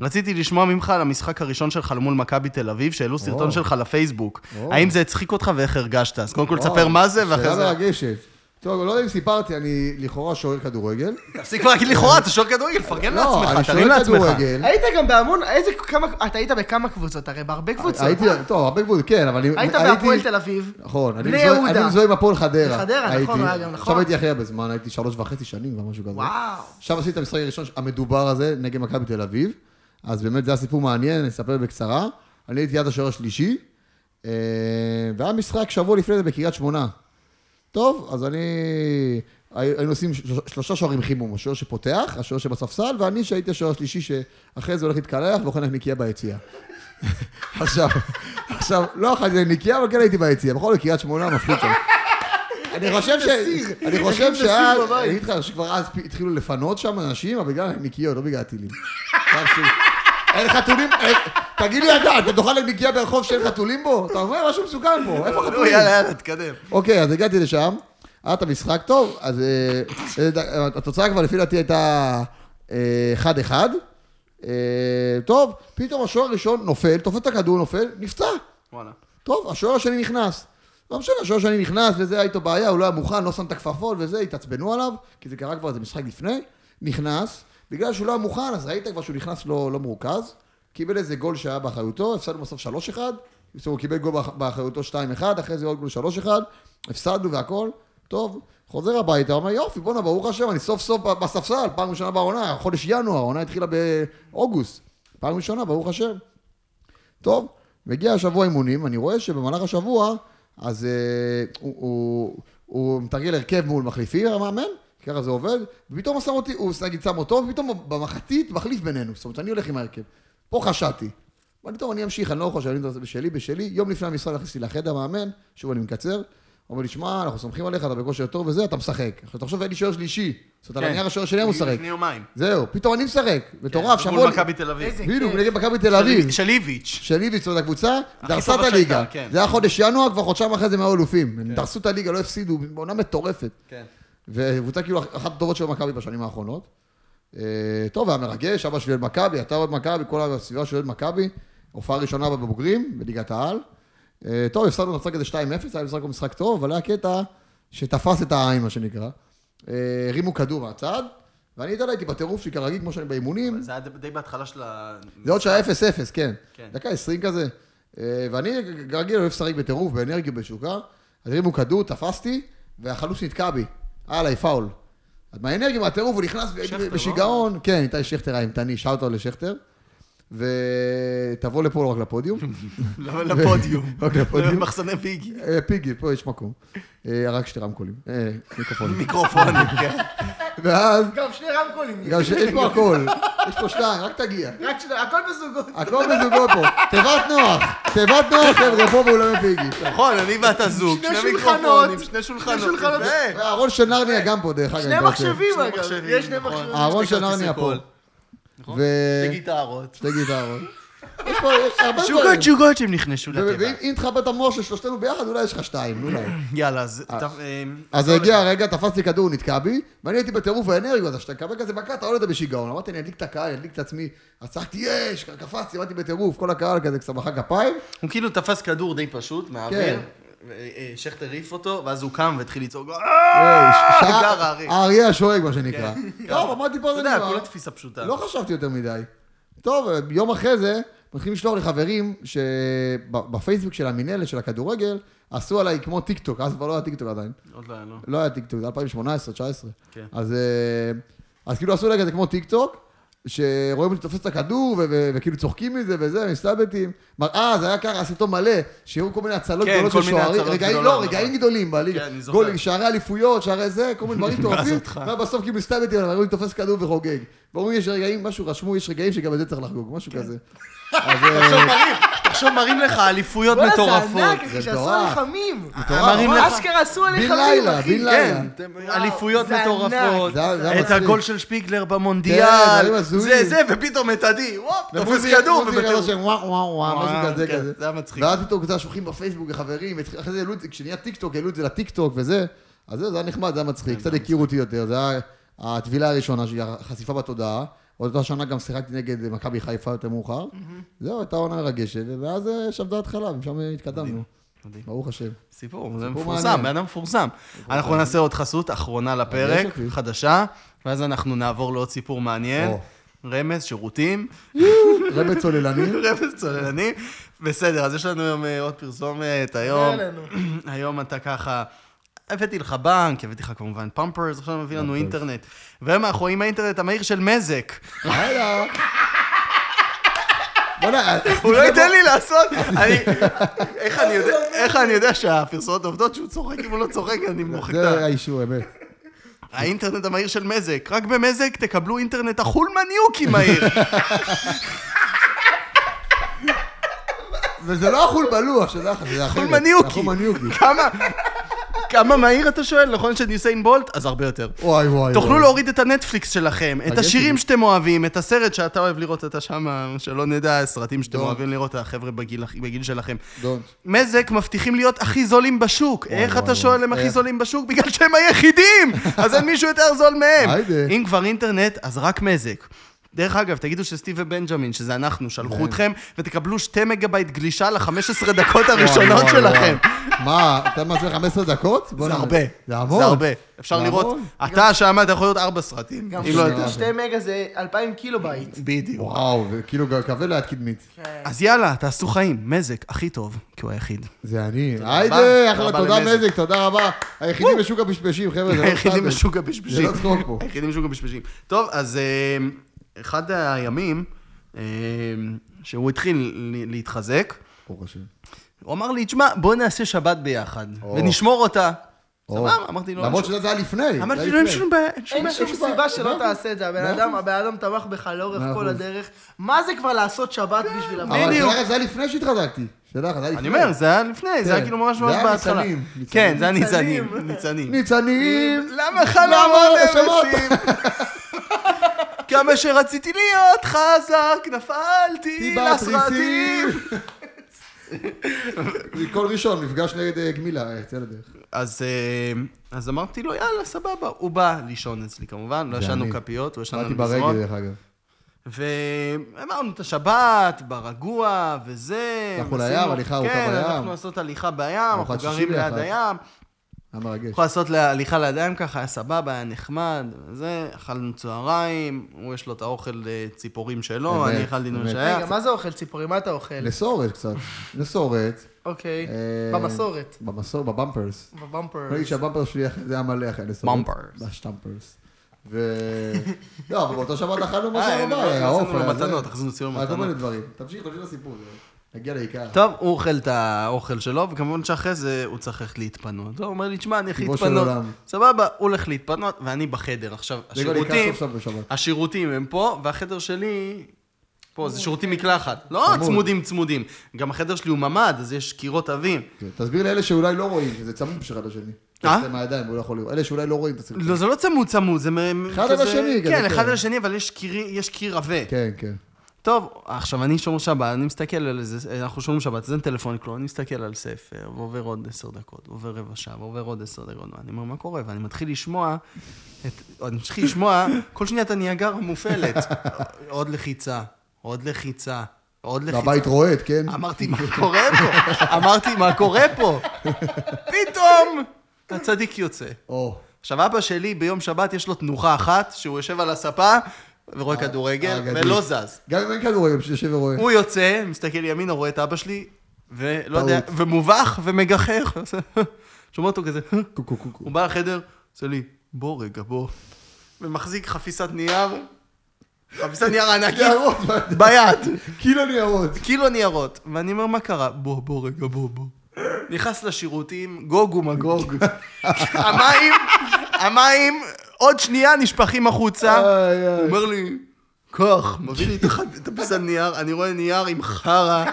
רציתי לשמוע ממך על המשחק הראשון שלך למול מכבי תל אביב, שהעלו סרטון או. שלך לפייסבוק. או. האם זה הצחיק אותך ואיך הרגשת? אז קודם כל תספר וואו, מה זה, ואחרי שאלה זה... מרגשת. טוב, לא יודע אם סיפרתי, אני לכאורה שוער כדורגל. תפסיק כבר להגיד לכאורה, אתה שוער כדורגל, תפרגן לא, אני לעצמך, תרים שוער לעצמך. כדורגל. היית גם בהמון, איזה כמה, אתה היית בכמה קבוצות, הרי בהרבה קבוצות. אה, הייתי, טוב, הרבה קבוצות, כן, אבל אני... היית הייתי- בהפועל תל אביב. נכון, אני בני מזוהה- יהודה. אני מזוהה עם הפועל חדרה. בחדרה, נכון, הייתי. הוא היה גם, נכון. עכשיו הייתי הכי הרבה זמן, הייתי שלוש וחצי שנים כבר, משהו כזה. וואו. עכשיו עשיתי את המשחק הראשון המדובר הזה נגד מכבי תל אביב, אז באמת זה היה סיפור מעניין, אני אספר בקצרה. אני הייתי יד השוער השלישי, אה, והיה משחק שבוע לפני זה בקריית שמונה. טוב, אז אני... הי- היינו עושים שלוש- שלושה שוערים חימום, השוער שפותח, השוער שבספסל, ואני שהייתי השוער השלישי שאחרי זה הולך להתקלח ואוכל נקניקייה ביציאה. עכשיו, עכשיו, לא אכלתי נקניקייה, אבל כן הייתי ביציאה. בכל זאת, קריית שמונה מפחיד שם. אני חושב ש... אני חושב שאז... אני אגיד לך שכבר אז פ- התחילו לפנות שם אנשים, אבל בגלל הנקניקיות, לא בגלל הטילים. זה אבסורד. אין חתולים... אין- תגיד לי אתה, אתה תאכל נקניקייה ברחוב שאין חתולים בו? אתה אומר, משהו מסוכן פה, איפה נו, חתולים? לא, יאללה, יאללה, תתקדם. אוקיי, אז הגעתי לשם, היה את המשחק טוב, אז אה, אה, התוצאה כבר לפי דעתי הייתה אה, 1-1. אה, טוב, פתאום השוער הראשון נופל, תופס את הכדור, נופל, נפצע. וואלה. טוב, השוער השני נכנס. לא משנה, השוער השני נכנס, וזה היה איתו בעיה, הוא לא היה מוכן, לא שם את הכפפות וזה, התעצבנו עליו, כי זה קרה כבר איזה משחק לפני, נכנס, בגלל שהוא לא היה מוכן, אז ראית כבר שהוא נכנס לא, לא מרוכז, קיבל איזה גול שהיה באחריותו, הפסדנו בסוף 3-1, בסוף הוא קיבל גול באח- באחריותו 2-1, אחרי זה עוד גול 3-1, הפסדנו והכל, טוב, חוזר הביתה, אומר יופי, בואנה, ברוך השם, אני סוף סוף בספסל, פעם ראשונה בעונה, חודש ינואר, העונה התחילה באוגוסט, פעם ראשונה, ברוך השם. טוב, מגיע השבוע אימונים, אני רואה שבמהלך השבוע, אז אה, הוא, הוא, הוא מתרגל הרכב מול מחליפים, המאמן, ככה זה עובד, ופתאום הוא שם אותי, הוא נגיד שם אותו, ופתאום במחצית מחליף בינינו, זאת אומרת, אני הולך עם ההרכב. פה חשדתי. לא אמרתי, טוב, אני אמשיך, אני לא יכול שאני אעשה בשלי, בשלי. יום לפני המשחק נכנסתי לחדר מאמן, שוב אני מקצר, אומר לי, שמע, אנחנו סומכים עליך, אתה בכושר טוב וזה, אתה משחק. עכשיו תחשוב, אין לי שוער שלישי. זאת אומרת, כן. על הנייר השוער שלי הוא משחק. לפני יומיים. כן, זהו, פתאום אני משחק. מטורף, שבוע... מול מכבי תל אביב. איזה בדיוק, כיף. נגד מכבי תל אביב. שליביץ'. שליביץ', זאת הקבוצה, דרסה טובה את הליגה. שהייתה, כן. זה היה חודש ינואר, כבר חודשיים אחרי זה הם היו אלופים. הם דרסו את הליגה, לא הפסידו, עונה מטורפת. כן. וקבוצה כאילו אחת הטובות של מכבי בשנים האחרונות. אה, טוב, היה מרגש, אבא שלי אוהד מכבי, אתה אוהד מכבי, כל הסביבה שלי אוהד מכבי. הופעה ראשונה בבוגרים, בליגת העל. אה, טוב, הפסדנו את המשחק הזה 2-0, היה בסך הכל משחק טוב, אבל היה קטע שתפס את העין, מה שנקרא. אה, הרימו כדור מהצד, ואני, אתה יודע, הייתי בטירוף שלי כרגיל, כמו שאני באימונים. זה היה די בהתחלה של ה... זה עוד שהיה 0-0, כן. כן. דקה 20 כזה. אה, ואני רגיל אוהב לשחק בטירוף, באנרגיה, בתשוקה. אז הרימו כדור, תפסתי, והחלוץ נתקע בי. היה עליי פאול. אז מהאנרגיה, מהטירוף, הוא נכנס ב- שכטר, לא? בשיגעון. כן, איתי שכטר האימתני, שאוטו לשכטר. ותבוא לפה, לא רק לפודיום. לא, לפודיום. רק אוקיי, לפודיום. למחסני ביגי. אה, פיגי, פה יש מקום. אה, רק שתי רמקולים. אה, מיקרופונים. מיקרופונים, כן. ואז, גם שני רמקולים. גם שיש פה הכל. יש פה שתיים, רק תגיע. רק שני, הכל בזוגות. הכל בזוגות פה. תיבת נוח. תיבת נוח, חבר'ה, פה באולם פיגי. נכון, אני ואתה זוג. שני שני שולחנות. מיקרופונים, שני שולחנות. אה. שני שולחנות. יפה. אהרון שנרניה גם פה, דרך אגב. שני אם אתה רוצה. מחשבים, שני אגב. מחשבים, יש שני נכון. מחשבים. אהרון שתי כרטיסי שנרניה פה. קול. ו... שתי גיטרות. נכון? שתי גיטרות. יש פה יש הרבה דברים. שוגות שוגות שהם נכנסו ו- לתיבה. ואם אם תחבר את המוח של שלושתנו ביחד, אולי יש לך שתיים, אולי. יאללה, אז... אה. טוב, אה, אז הגיע הרגע, תפסתי כדור, הוא נתקע בי, ואני הייתי בטירוף האנרגיות, אז כשאתה מקבל כזה מכה, אתה עולה את זה בשיגעון. אמרתי, אני אדליק את הקהל, אדליק את עצמי. אז צחקתי, יש, קפצתי, באתי בטירוף, כל הקהל כזה קצת מחא כפיים. הוא כאילו תפס כדור די פשוט, מהאוויר. כן. אה, אה, שכטר העיף אותו, ואז הוא קם והתחיל לצעוק, "אה!" אה, כן. ש- שעה- גר הארי. האריה השואג, מה שנקרא. טוב, אמרתי פה אתה זה יודע, נגמר. כולה תפיסה פשוטה. לא חשבתי יותר מדי. טוב, אה, יום אחרי זה, מתחילים לשלוח לי חברים שבפייסבוק של המינהלת, של הכדורגל, עשו עליי כמו טיק טוק, אז כבר לא היה טיק טוק עדיין. עוד לא היה, לא. לא היה טיק טוק, זה 2018, 2019. כן. אז, אה, אז כאילו עשו עליי כזה כמו טיק טוק, שרואים אותי תופס את הכדור, ו- ו- וכאילו צוחקים מזה וזה, מסתלבטים. אה, זה היה ככה, הסרטון מלא, שהראו כל מיני הצלות כן, גדולות כל של מיני שוערים. הצלות רגעים, גדולות, לא, רגעים נכון. גדולים בליגה. כן, אני זוכר. גולים, שערי אליפויות, שערי זה, כל מיני דברים טורפים. אותך. ובסוף כאילו מסתלבטים, עליי, ראו אותי תופס כדור וחוגג. ואומרים, יש רגעים, משהו רשמו, יש רגעים שגם את זה צריך לחגוג, משהו כן. כזה. אז אה, תחשוב, מראים, תחשוב, מראים לך אליפויות וואלה, זה מטורפות. אה, ענק, זה אחי, שעשו מטורף. עליך מים. מראים לך- אשכרה עשו עליך בן מים, לילה, אחי. בן לילה. כן, אתם- וואו, אליפויות זה מטורפות. ענק. זה היה- זה היה את מצחיק. הגול של שפיגלר כן, דברים במונדיאל. הזויים. זה, זה, ופתאום את עדי, וואפ, תופס מוזיקה- כדור מוזיקה ובטירוף. כזאת של וואו וואו וואו, משהו וואו, כזה כן, כזה. זה היה מצחיק. ואז פתאום כזה שולחים בפייסבוק לחברים, התח- אחרי זה העלו את זה, כשנהיה טיק טוק, העלו את זה לטיק טוק וזה, אז זהו, זה היה נחמד, זה היה מצחיק, קצת הכירו אותי יותר, זה היה הטבילה הראשונה שלי, החשיפה בתודעה. עוד אותה שנה גם שיחקתי נגד מכבי חיפה יותר מאוחר. זהו, הייתה עונה מרגשת, ואז אה, שבתה התחלה, ומשם התקדמנו. מדהים. ברוך השם. סיפור, זה סיפור מפורסם, מעניין. בן אדם מפורסם. אנחנו נעשה עוד חסות, אחרונה לפרק, יש אותי. חדשה, ואז אנחנו נעבור לעוד סיפור מעניין. או. רמז, שירותים, רבי צוללנים. רמז צוללנים. בסדר, אז יש לנו היום אה, עוד פרסומת, היום, עלינו. היום אתה ככה, הבאתי לך בנק, הבאתי לך כמובן פמפרס, עכשיו מביא לנו אינטרנט. והיום אנחנו עם האינטרנט המהיר של מזק. הלאה. בוא'נה, אה, הוא לא ייתן לי לעשות, אני, איך אני יודע, איך אני יודע שהפרסומות עובדות, שהוא צוחק, אם הוא לא צוחק, אני מוחק את ה... זה האישור, אמת. האינטרנט המהיר של מזק. רק במזק תקבלו אינטרנט החולמניוקי מהיר. וזה לא החול בלוח, שדע לך, זה אחרת. חולמניוקי. זה החולמניוקי. כמה, כמה מהיר אתה שואל? נכון שאני יוסיין בולט? אז הרבה יותר. וואי וואי. תוכלו וואי. להוריד את הנטפליקס שלכם, את רגע, השירים שלי. שאתם אוהבים, את הסרט שאתה אוהב לראות, אתה שמה, שלא נדע, סרטים שאתם דון. אוהבים לראות, החבר'ה בגיל בגיל שלכם. דון. מזק מבטיחים להיות הכי זולים בשוק. איך וואי, אתה שואל וואי. הם הכי איך? זולים בשוק? בגלל שהם היחידים! אז אין מישהו יותר זול מהם. היידה. אם כבר אינטרנט, אז רק מזק. דרך אגב, תגידו שסטיב ובנג'מין, שזה אנחנו, שלחו אתכם, ותקבלו 2 מגה בייט גלישה ל-15 דקות הראשונות וואי, וואי, שלכם. וואי. מה, אתה מעשה 15 דקות? בוא זה נ- הרבה. זה המון. זה הרבה. אפשר זה לראות, המון. אתה שם, אתה יכול לראות ארבע סרטים. גם אם לא שלי. יותר. יותר. שתי מגה זה 2,000 קילו בייט. בדיוק. וואו, זה כאילו גם כבד ליד קדמית. כן. אז יאללה, תעשו חיים. מזק, הכי טוב, כי הוא היחיד. זה אני. רבה. היידה, אחלה, תודה תודה למזק. מזק, תודה רבה. היחידים בשוק הפשפשים, חבר'ה, זה לא היחידים סטנדרט. בשוק הפשפשים. זה לא צחוק פה. היחידים בשוק הפשפשים. טוב, אז אה, אחד הימים אה, שהוא התחיל ל- להתחזק, ברוך השם. הוא אמר לי, תשמע, בוא נעשה שבת ביחד, או. ונשמור אותה. או. סבבה, אמרתי לו, למרות שזה היה לפני. זה אמרתי היה לו, אין לפני. שום בעיה, אין שום אין בעיה. שום יש בעיה. סיבה שלא מאה תעשה את זה, הבן מאה אדם, הבן אדם תמך בך לאורך מאה כל אחוז. כן, הדרך. מה זה כבר לעשות שבת בשביל הבן? אבל לא- בדיוק. זה היה לפני שהתחזקתי. שאלה אחת, היה לפני. אני אומר, זה היה לפני, זה היה כן. כאילו ממש זה ממש היה בהתחלה. ניצנים, ניצנים. כן, זה היה ניצנים. ניצנים. ניצנים. ניצנים! למה למה חלומות נשמות? נמסים? כמה שרציתי להיות חזק, נפלתי לסרטים. כל ראשון, מפגש נגד אה, גמילה, אה, יצא לדרך. אז, אה, אז אמרתי לו, יאללה, סבבה. הוא בא לישון אצלי כמובן, לא זה ישנו אני. כפיות, הוא ישן על באתי מזרון. ברגל, דרך אגב. ואמרנו את השבת, ברגוע, וזה. הלכנו ועשינו- לים, הליכה ארוכה כן, בים. הלכנו לעשות הליכה בים, אנחנו ארוחת גרים שישי ליד ביחד. הים. היה מרגש. יכול לעשות לה- הליכה לידיים ככה, היה סבבה, היה נחמד, וזה, אכלנו צהריים, הוא יש לו את האוכל אה, ציפורים שלו, אמת, אני אכלתי נו אמת. שהיה. רגע, מה זה אוכל ציפורי? מה אתה אוכל? לסורת קצת. לסורת. אוקיי, אה, לא במסורת, במסור, בבמפרס. בבמפר. נגיד שהבמפר שלי אחרי זה היה מלא אחרי לסורת. במפרס. בשטמפרס. ו... לא, אבל באותה שבת אכלנו משהו אה, בבית, הנה, היה אוכל. עשינו לו היה זה. מתנות, עשינו סיום היה כל מיני מתנות. דברים. תמשיך, תמשיך לסיפור. נגיע לעיקר. טוב, הוא אוכל את האוכל שלו, וכמובן שאחרי זה הוא צריך ללכת להתפנות. הוא אומר לי, תשמע, אני הולך טבעו של להתפנות. עולם. סבבה, הוא הולך להתפנות, ואני בחדר. עכשיו, נגיע לעיקר השירותים, סוף סוף בשבת. השירותים הם פה, והחדר שלי... פה, זה כן. שירותים מקלחת. לא צמוד. צמודים צמודים. גם החדר שלי הוא ממ"ד, אז יש קירות עבים. כן, תסביר לאלה שאולי לא רואים, שזה צמוד בשביל אחד לשני. אה? אה? מהידיים, הוא לא יכול לראות. אלה שאולי לא רואים את הסרטון. לא, זה לא צמוד צמוד, זה... מ- אחד כזה- על השני, כזה, כן, אחד כן. על השני, אבל יש קיר- יש קיר עבה. כן, כן. טוב, עכשיו אני שומר שבת, אני מסתכל על זה, אנחנו שומרים שבת, אז אין טלפון כלום, אני מסתכל על ספר, ועובר עוד עשר דקות, ועובר רבע שעה, ועובר עוד עשר דקות, ואני אומר, מה קורה? ואני מתחיל לשמוע, את, אני מתחיל לשמוע, כל שנייה את הניאגר המופעלת. עוד לחיצה, עוד לחיצה, עוד לחיצה. והבית רועד, כן? אמרתי, מה קורה פה? אמרתי, מה קורה פה? פתאום הצדיק יוצא. או. עכשיו, אבא שלי ביום שבת יש לו תנוחה אחת, שהוא יושב על הספה ורואה כדורגל, האגדי. ולא זז. גם אם אין כדורגל, שיושב ורואה. הוא יוצא, מסתכל ימינה, רואה את אבא שלי, ולא יודע, טעות. ומובך ומגחך. שומע אותו כזה, קו, קו, קו, קו. הוא בא לחדר, עושה לי, בוא רגע, בוא. ומחזיק חפיסת נייר, חפיסת נייר ענקית, ניירות, ביד. קילו ניירות. קילו ניירות. כאילו ואני אומר, מה קרה? בוא, בוא רגע, בוא, בוא. נכנס לשירותים, גוג ומגוג. המים, המים, עוד שנייה נשפכים החוצה. איי, איי. הוא אומר לי, קח, מביא לי את החד- את הפיסת נייר, אני רואה נייר עם חרא.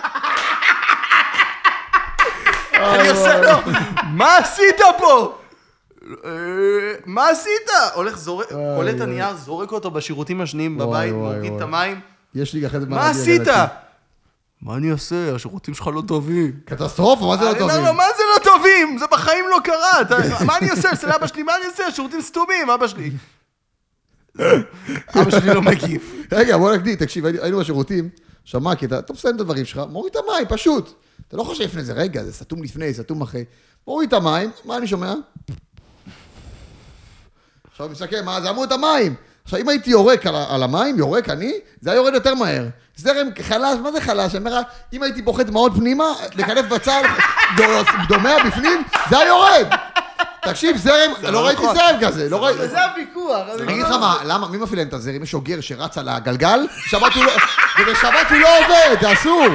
אני עושה לו, מה עשית פה? "אה, מה עשית? הולך, זורק, וואי, קולט את וואי. הנייר, זורק אותו בשירותים השניים וואי, בבית, וואי, מוריד את וואי. המים. יש לי אחרי זה מה להגיד על עשית? עצמי. מה אני אעשה? השירותים שלך לא טובים. קטסטרופה, מה זה לא אני אומר טובים? לו, מה זה לא טובים? זה בחיים לא קרה. אתה- מה אני עושה? אצל אבא שלי, מה אני עושה? השירותים סתומים, אבא שלי. אבא שלי לא מגיב. רגע, בוא נקדים, תקשיב, היינו- היינו בשירותים, שמע, כי אתה אתה מסיים את הדברים שלך, מוריד את המים, פשוט. אתה לא חושב לפני זה, רגע, זה סתום לפני, סתום אחרי. מוריד את המים, מה אני שומע? עכשיו אני מסתכל, מה, זה אמרו את המים. עכשיו, אם הייתי יורק על, ה- על המים, יורק אני, זה היה יורד יותר מהר. זרם חלש, מה זה חלש? אני אומר לך, אם הייתי בוכה דמעות פנימה, לקלף בצל, ד- דומע בפנים, זה היה יורד. תקשיב, זרם, לא לא ראיתי נכון. זרם כזה, לא ראיתי... זה הוויכוח. לא אז אני אגיד לך מה, למה, מי מפעיל להם את הזרם? יש אוגר שרץ על הגלגל, בשבת הוא לא... ובשבת הוא לא עובד, זה אסור!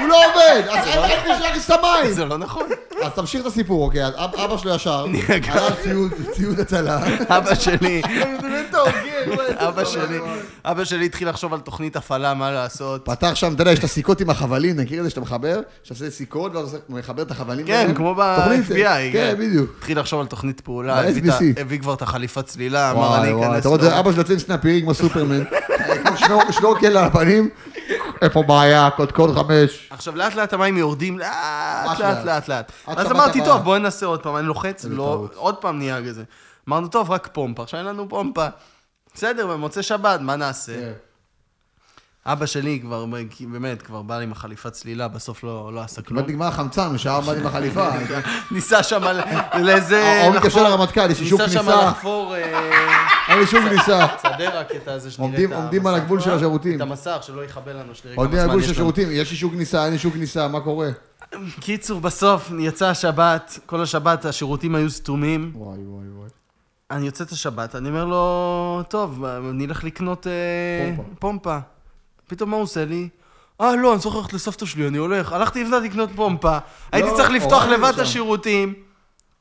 הוא לא עובד! אז אין לך מי שיכניס את המים! זה לא נכון. אז תמשיך את הסיפור, אוקיי? אז אב- אבא שלו ישר, היה ציוד, ציוד הצלה. אבא שלי, אני באמת ההוגר, וואי, איזה אבא טוב. שלי, אבא שלי התחיל לחשוב על תוכנית הפעלה, מה לעשות. פתח שם, אתה יודע, יש את הסיכות עם החבלים, מכיר את זה שאתה מחבר? שאתה עושה סיכות ואז עושה- מחבר את החבלים. כן, ביניהם? כמו תוכנית, ב-FBI. כן, בדיוק. התחיל לחשוב על תוכנית פעולה, ב- הביא את ה- SBC. הביא כבר את החליפת צלילה, אמר וואי אני וואי, אכנס אתה לו. רואה את זה, אבא שלי יוצא עם סנפירים כמו סופרמן. אה, כמו שנור- שנורקל על הפנים. איפה בעיה? קודקוד חמש. עכשיו לאט לאט המים יורדים, לאט ממש לאט לאט. לאט לאט. עד ואז שבת אמרתי, הבאה. טוב, בוא ננסה עוד פעם, אני לוחץ, איזה לא, טעות. עוד פעם נהיה כזה. אמרנו, טוב, רק פומפה, עכשיו אין לנו פומפה. בסדר, במוצאי שבת, מה כן. נעשה? אבא שלי כבר, באמת, כבר בא לי עם החליפת צלילה, בסוף לא לא עשה כלום. כמעט נגמר החמצן, הוא שעה עמד עם החליפה. כן. ניסה שם על- לאיזה... ההוא מתקשר לחפור- לרמטכ"ל, יש אישור ניסה שם כניסה. לחפור... אה, אין לי שום כניסה. סדר הקטע הזה שנראה את עומדים- עומדים על המסך. הגבול של השירותים. את המסך, שלא יכבה לנו, שנראה עומדים כמה על זמן הגבול יש של לנו. שירותים, יש אישור כניסה, אין אישור כניסה, מה קורה? קיצור, בסוף יצא השבת, כל השבת השירותים היו סתומים. וואי וואי וואי. אני יוצא את השבת, אני אומר לו, טוב, נלך לקנות אה, פומפה." פומפה. פתאום מה הוא עושה לי? אה, לא, אני צריך ללכת לסבתא שלי, אני הולך. הלכתי לבנת לקנות פומפה. הייתי צריך לפתוח הורדנו לבד את לא, שם. השירותים.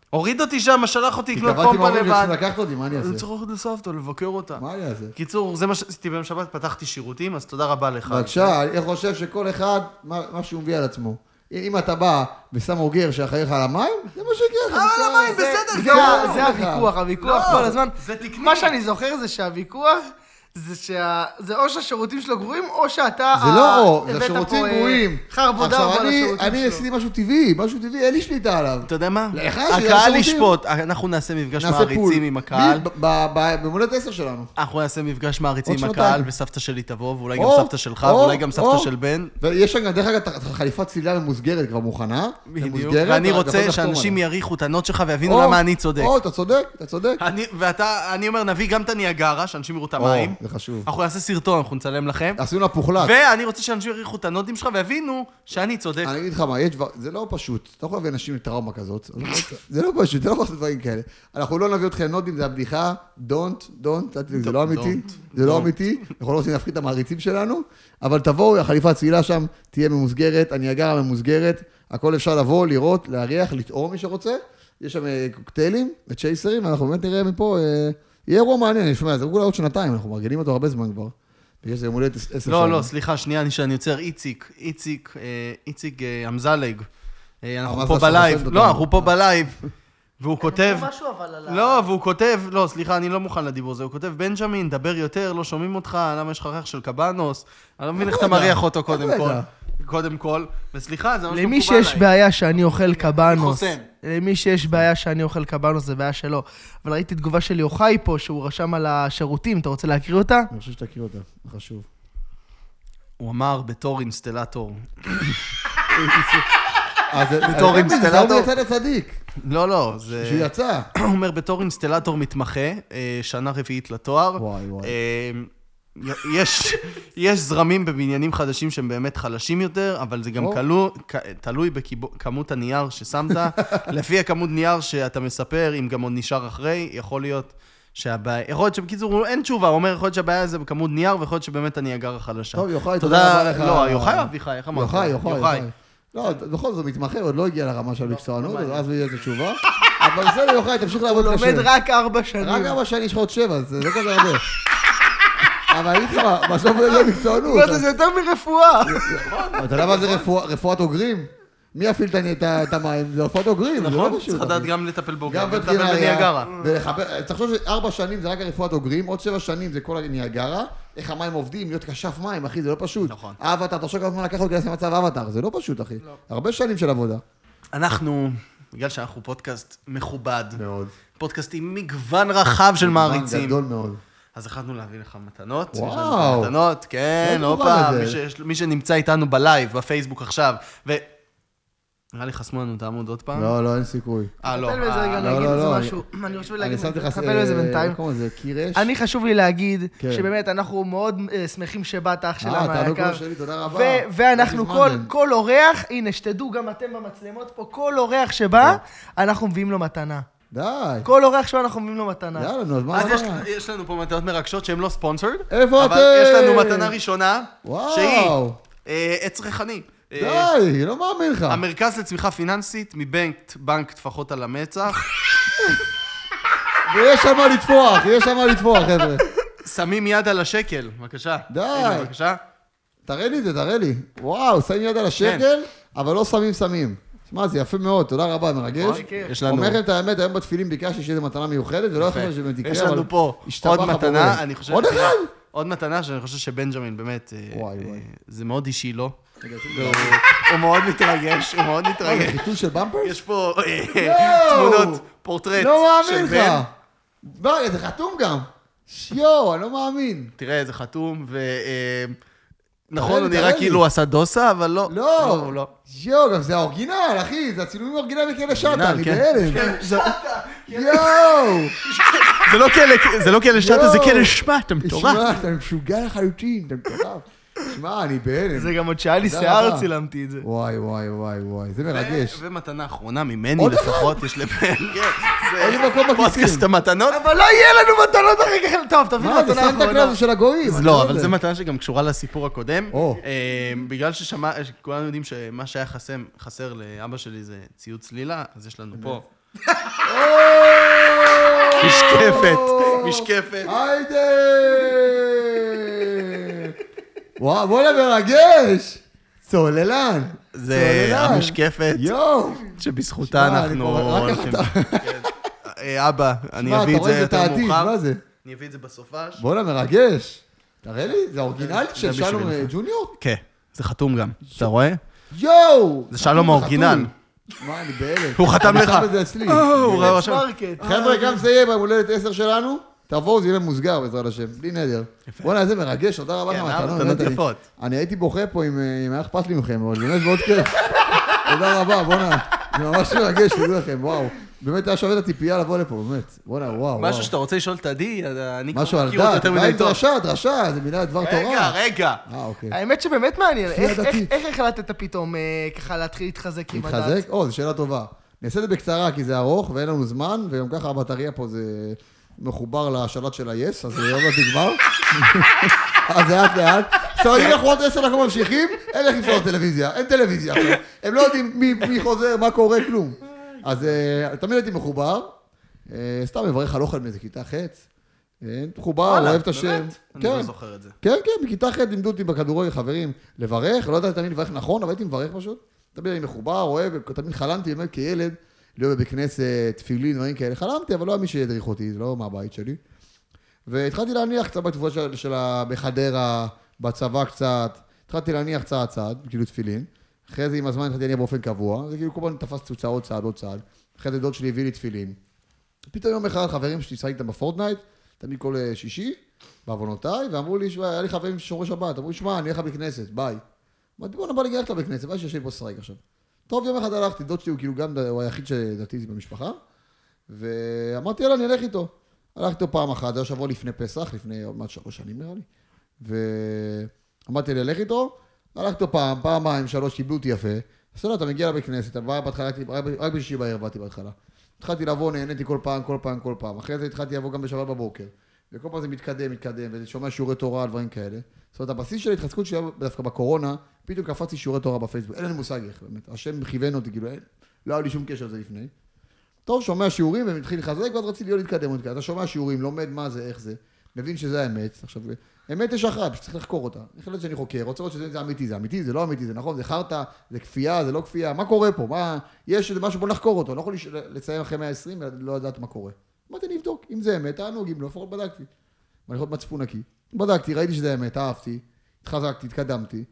הוריד אותי שם, שלח אותי לקנות התכוונתי פומפה מההורים לבד. כן. שצריכים לקחת אותי, מה אני אני אעשה? צריך ללכת לסבתא, לבקר אותה. מה אני אעשה? קיצור, זה מה שעשיתי ביום שבת, פתחתי שירותים, אז תודה רבה לך. בבקשה, אני חושב שכל אחד, מה מה שהוא מביא על עצמו. אם אתה בא ושם אוגר שאחראי לך על המים, זה מה שיגיע לך. על בסדר. המים, בסדר, זה- זה זה- לא, זה הוויכוח, הוויכוח לא, כל הזמן. זה תקני. מה שאני זוכר זה שהוויכוח... זה שה... זה או שהשירותים שלו גרועים, או שאתה... זה אה, לא או, זה הבאת השירותים פה, אה, גרועים. חר בודר עכשיו, על אני- השירותים אני שלו. עשיתי משהו טבעי, משהו טבעי, אין לי שליטה עליו. אתה יודע מה? לאחד שיהיה הקהל שירותים. ישפוט, אנחנו נעשה מפגש מעריצים עם הקהל. ב- ב- ב- במולדת עשר שלנו. אנחנו נעשה מפגש מעריצים עוד עם הקהל, שנתיים. וסבתא שלי תבוא, ואולי גם או, סבתא שלך, או, ואולי גם סבתא או. של בן. ויש שם גם, דרך אגב, את החליפת צלילה ממוסגרת כבר מוכנה. בדיוק. ממוסגרת, ואני אתה יכול רוצה לחתום שאנשים עליה. יעריכו את הנות שלך ויבינו או, למה אני צודק. אה, או, אתה צודק, אתה צודק. אני- ואתה, אני אומר, נביא גם את הניאגרה, שאנשים יראו את או, המים. אה. זה חשוב. אנחנו נעשה סרטון, אנחנו נצלם לכם. עשו לה פוחלט. ואני רוצה שאנשים יעריכו את הנוטים שלך ויבינו שאני צודק. אני אגיד לך מה, יש דבר, זה לא פשוט. אתה לא יכול להביא אנשים לטראומה כזאת. זה לא פשוט, אתה לא יכול לעשות דברים כאלה. אנחנו לא נביא אתכם נודים, זה הבדיחה. דונט, דונט, זה לא אמיתי. זה לא אמיתי. אנחנו לא רוצים להפחית את המעריצים שלנו, אבל תבואו, החליפה הצלילה שם תהיה ממוסגרת, הניאגרה ממוסגרת, הכל אפשר לבוא, לראות, להריח, לטעום מי שרוצה. יש שם אה, קוקטיילים וצ'ייסרים, אנחנו באמת נראה מפה, אה, יהיה אירוע מעניין, אני שומע, זה כולה עוד שנתיים, אנחנו מארגנים אותו הרבה זמן כבר. בגלל שזה יום הולדת עשר לא, שלנו. לא, סליחה, שנייה, אני- שאני עוצר. איציק, איציק, אה, איציק אה, אמזלג. אה, אנחנו אמרת פה שאתה בלייב. חושד לא, אותנו. אנחנו פה בלייב. והוא כותב... אמרו משהו אבל על ה- לא, והוא כותב, לא, סליחה, אני לא מוכן לדיבור הזה, הוא כותב, בנג'מין, דבר יותר, לא שומעים אותך, למה יש לך ריח של קבנוס? אני לא מבין איך אתה הוא ידע? מריח אותו קודם הוא כל. ידע? קודם כל, וסליחה, זה ממש לא לא למי מקובל שיש עליי. בעיה שאני אוכל קבנוס, חוסם. למי שיש בעיה שאני אוכל קבנוס, זה בעיה שלו. אבל ראיתי תגובה של יוחאי פה, שהוא רשם על השירותים, אתה רוצה להקריא אותה? אני חושב שתכיר אותה, זה חשוב. הוא אמר, בתור אינסטלטור. בתור אינסטלטור? הוא יצא לצדיק, לא, לא, זה... שהוא יצא. הוא אומר, בתור אינסטלטור מתמחה, אה, שנה רביעית לתואר. וואי, וואי. אה, יש, יש זרמים בבניינים חדשים שהם באמת חלשים יותר, אבל זה גם או. כלו, כ, תלוי בכמות הנייר ששמת. לפי הכמות נייר שאתה מספר, אם גם עוד נשאר אחרי, יכול להיות שהבעיה... יכול להיות שבקיצור, הוא- אין תשובה, הוא אומר, יכול להיות שהבעיה זה בכמות נייר, ויכול להיות שבאמת הניאגר החלשה. טוב, יוחאי, תודה רבה לך. לא, יוחאי או אביחי? איך אמרת? יוחאי, יוחאי, יוחאי. לא, בכל זאת, הוא מתמחה, עוד לא הגיע לרמה של מקצוענות, אז אז יהיה איזה תשובה. אבל בסדר, יוחאי, תמשיך לעבוד קשה. לומד רק ארבע שנים. רק ארבע שנים, יש לך עוד שבע, זה לא כזה הרבה. אבל אני איתך, בסוף זה יהיה מקצוענות. לא, זה- זה יותר מרפואה. אבל אתה יודע מה זה רפואה- רפואת אוגרים? מי יפעיל את ה- את ה- את המים? זה רפואת אוגרים, זה לא נכון? פשוט, צריך אחי. לדעת גם לטפל בו, כן, גם גם לטפל בניאגרה. וטרינריה, ולחבר, צריך לחשוב שארבע שנים זה רק הרפואת אוגרים, עוד שבע שנים זה כל הניאגרה, איך המים עובדים, להיות כשף מים, אחי, זה לא פשוט. נכון. האבטר, תחשוב כמה זמן לקח לו להיכנס למצב האבטר, זה לא פשוט, אחי. הרבה שנים של עבודה. אנחנו, בגלל שאנחנו פודקאסט מכובד, מאוד. פודקאסט עם מגוון רחב של מעריצים, כן. גדול מאוד. אז החלטנו להביא לך מתנות. יש וואו. לנו פה מתנות, כן, לא הופה, מובן מי לזה. שיש- מי שנמצא איתנו בלייב, בפייסבוק עכשיו, ו... נראה לי חסמו לנו את העמוד עוד פעם. לא, לא, אין סיכוי. אה, לא. טפל בזה רגע, אה, אני לא, אגיד לא, איזה לא, משהו. אני חושב להגיד, אני שמתי לך... תטפל בזה אה, בינתיים. איך קוראים לזה? קירש? אני חשוב לי להגיד, כן. שבאמת אנחנו מאוד אה, שמחים שבאת אח שלנו אה, תענוג היקר. גדול שלי, תודה רבה. ו- ואנחנו לא כל, תזמן. כל אורח, הנה שתדעו גם אתם במצלמות פה, כל אורח שבא, כן. אנחנו מביאים לו מתנה. די. כל אורח שבא אנחנו מביאים לו מתנה. יאללה, נו, אז מה אז יש, הבעיה? יש לנו פה מתנות מרגשות שהן לא ספונסרד. איפה אבל אתם? יש לנו מתנה ראשונה, וואו. שהיא אה, עץ ריחני. אה, די, לא מאמין לך. המרכז לצמיחה פיננסית מבנק בנק טפחות על המצח. ויש שם מה לטפוח, יש שם מה לטפוח, חבר'ה. שמים יד על השקל, בבקשה. די. הנה, בבקשה. תראה לי את זה, תראה לי. וואו, שמים יד על השקל, אבל לא שמים סמים. שמע, זה יפה מאוד, תודה רבה, מרגש. אוקיי, כיף. יש לנו- אומר לכם את האמת, היום בתפילים ביקשתי שתהיה מתנה מיוחדת, ולא יפה. חשבתי שבאמת יקרה, יש לנו אבל פה השתבח עוד מתנה, הבורא. אני חושב... עוד שזה- אחד? עוד מתנה שאני חושב שבנג'מין, באמת, אה, וואי, אה, וואי. זה מאוד אישי לו. והוא- הוא מאוד מתרגש, הוא מאוד מה, זה מתרגש. חיתול של במפרס? יש פה אה, אוקיי. יואו! תמונות, פורטרט לא של מאמין לך. בן. די, זה חתום גם. שיואו, אני לא מאמין. תראה, זה חתום, ו... אה, נכון, הוא לי, נראה תראה לי. כאילו הוא עשה דוסה, אבל לא. לא, הוא לא. יואו, גם זה האורגינל, אחי, זה הצילומים האורגינל בכלא שטה, אורגינל, אני כן. בהלם. יואו, זה לא כלא- זה לא כלא שטה, זה יואו. כלא שמע, אתה מטורף. שמע, אתה משוגע לחלוטין, אתה מטורף. שמע, אני בהלם. זה גם עוד שהיה לי תודה שיער רבה. צילמתי את זה. וואי, וואי, וואי, וואי, זה ו- מרגש. אה, ומתנה אחרונה ממני עוד לפחות, יש לבן. כן, זה אין לי מקום בכיסים. אה, פודקאסט המתנות. אבל לא יהיה לנו מתנות אחר כך, טוב, תביא מה, זה מתנה סנטה אחרונה. קלאס של הגויים. אה! אז אני לא, יודע. אבל זו מתנה שגם קשורה לסיפור הקודם. או. אה, בגלל ששמע- שכולנו יודעים שמה שהיה חסם- חסר לאבא שלי זה ציוד צלילה, אז יש לנו פה משקפת, משקפת. אה! היידה! וואו, בואנה מרגש! צוללן. זה צוללן. המשקפת יואו. שבזכותה שמע, אני אנחנו כבר- רק הולכים. אתה- כן. אה, אבא, שמע, אני אתה אביא את רואה, זה יותר תעתיק, מאוחר. מה זה? אני אביא את זה בסופש. בואנה, מרגש. תראה לי, זה האורגינלית של זה שלום בשבילך. אה, ג'וניור? כן, זה חתום גם. אתה רואה? יואו! זה שלום האורגינל. חתום. מה, אני בהלם. הוא חתם לך. אני שם את זה אצלי. אה, לא, הוא ראה עכשיו. מרקט. אה, חבר'ה, כן. גם זה יהיה ביום הולדת 10 שלנו, תבואו, זה יהיה ממוסגר בעזרת השם, בלי נדר. בואנה, איזה מרגש, תודה רבה כן, לכם, אהבנו, מתנות, מתנות באמת, אני- יפות. אני הייתי בוכה פה אם אה, אם היה אכפת לי מכם, אבל באמת מאוד כיף. תודה רבה, בואנה, זה ממש מרגש, תדעו לכם, וואו. באמת היה שווה את הציפייה לבוא לפה, באמת. בואנה, וואו, וואו. משהו שאתה רוצה לשאול את עדי, אני משהו כבר על מכיר אותו דת, יותר אולי מדי טוב. דרשה, דרשה, זה מילה דבר תורה. רגע, רגע. אה, אוקיי. האמת שבאמת מעניין, כפייה איך- איך- דתית. איך החלטת פתאום אה, ככה להתחיל להתחזק עם הדת? להתחזק? או, זו שאלה טובה. נעשה את זה בקצרה, כי זה ארוך ואין לנו זמן, וגם ככה הבטריה פה זה מחובר לשלט של ה-yes, אז זה עוד לא תגמר. אז לאט לאט. עכשיו, אם אנחנו עוד עשר דקות ממשיכים, אין איך לפתור טלוויזיה, אין טלוויזיה. עכשיו. הם לא יודעים מי- מי חוזר, מה קורה, כלום. אז אה, תמיד הייתי מחובר, אה, סתם מברך על אוכל מאיזה כיתה ח', אה, מחובר, וואלה, אוהב את באמת? השם. אני כן. לא זוכר את זה. כן, כן, בכיתה ח' לימדו אותי בכדורגל, חברים, לברך, לא ידעתי תמיד לברך נכון, אבל הייתי מברך פשוט. תמיד אני מחובר, אוהב, תמיד חלמתי באמת כילד להיות בבית כנסת, תפילין, דברים כאלה. חלמתי, אבל לא היה מי שידריך אותי, זה לא מהבית שלי. והתחלתי להניח קצת בתקופות של, של ה... בחדרה, בצבא קצת, התחלתי להניח צעד צעד, כאילו תפילין. אחרי זה עם הזמן התחלתי להניח באופן קבוע, זה כאילו כל פעם תפס תפוצה עוד צעד, עוד צעד. אחרי זה דוד שלי הביא לי תפילין. פתאום יום אחד חברים שלי שחקתי איתם בפורטנייט, תמיד כל אה, שישי, בעוונותיי, ואמרו לי, שמע, היה לי חברים שומרי שבת, אמרו לי, שמע, אני אלך לבית כנסת, ביי. אמרתי, בוא'נה, בא לי ללכת לבית כנסת, מה שיש לי פה לשחק עכשיו. טוב, יום אחד הלכתי, דוד שלי הוא כאילו גם, ד- הוא היחיד שדתי במשפחה, ואמרתי, יאללה, אני אלך איתו. הלכתי איתו פעם אחת, זה היה שבוע לפני פסח, לפני עוד מעט שלוש שנים נראה לי, ואמרתי, אני אלך איתו, הלכתי איתו פעם, פעמיים, שלוש, קיבלו אותי יפה. אז לא, אתה מגיע לבית כנסת, אבל בהתחלה, רק- רק בשישי בערב באתי בהתחלה. התחלתי לבוא, נהניתי כל פעם, כל פעם, כל פעם. אחרי זה התחלתי לבוא גם בשבת בבוקר. וכל פעם זה מתקדם, מתקדם, ואני שומע שיעורי תורה, דברים כאלה. זאת אומרת, הבסיס של ההתחזקות שלי היה דווקא בקורונה, פתאום קפצתי שיעורי תורה בפייסבוק. אין לי מושג איך, באמת. השם כיוון אותי, כאילו, אין, לא היה לי שום קשר לזה לפני. טוב, שומע שיעורים ומתחיל לחזק, ואז רציתי לא להתקדם עוד ככה. אתה שומע שיעורים, לומד מה זה, איך זה, מבין שזה האמת. עכשיו, אמת יש אחת, פשוט צריך לחקור אותה. החלט שאני חוקר, רוצה לראות שזה זה אמיתי, זה אמיתי, זה לא אמיתי, זה נכון, זה חרטא, זה כפייה, זה לא כפייה, מה קורה פה? מה, יש איזה משהו, בוא נחקור אותו. אני לא יכול לש- לציין אחרי 120 ולא לדעת מה קורה. אמרתי, אני אבדוק, אם זה אמת, תענוג, אם לא, לפחות בדקתי. ואני יכול להיות מצפון נקי. בדקתי, ראיתי שזה אמת, אהבתי, התחזקתי, התקדמתי,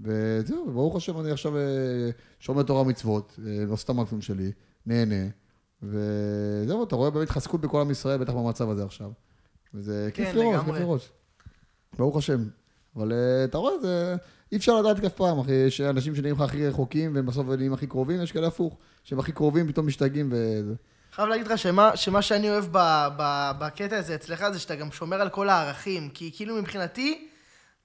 וזהו, וברוך השם, אני עכשיו אה, שומר תורה ומצוות, אה, עושה את המקסימום שלי, נהנה, וזהו, אתה רואה באמת התחזקות בכל עם ישראל, בטח במצב הזה עכשיו. וזה כיף כן, לראות, כיף לגמרי. לראות. ברוך השם. אבל אה, אתה רואה, זה... אי אפשר לדעת אף פעם, אחי, יש אנשים שנראים לך הכי רחוקים, והם בסוף נהיים הכי קרובים, יש כאלה הפוך, שהם הכי קרובים, פתאום משתגעים וזה. חייב להגיד לך שמה, שמה שאני אוהב ב, ב, בקטע הזה אצלך זה שאתה גם שומר על כל הערכים, כי כאילו מבחינתי,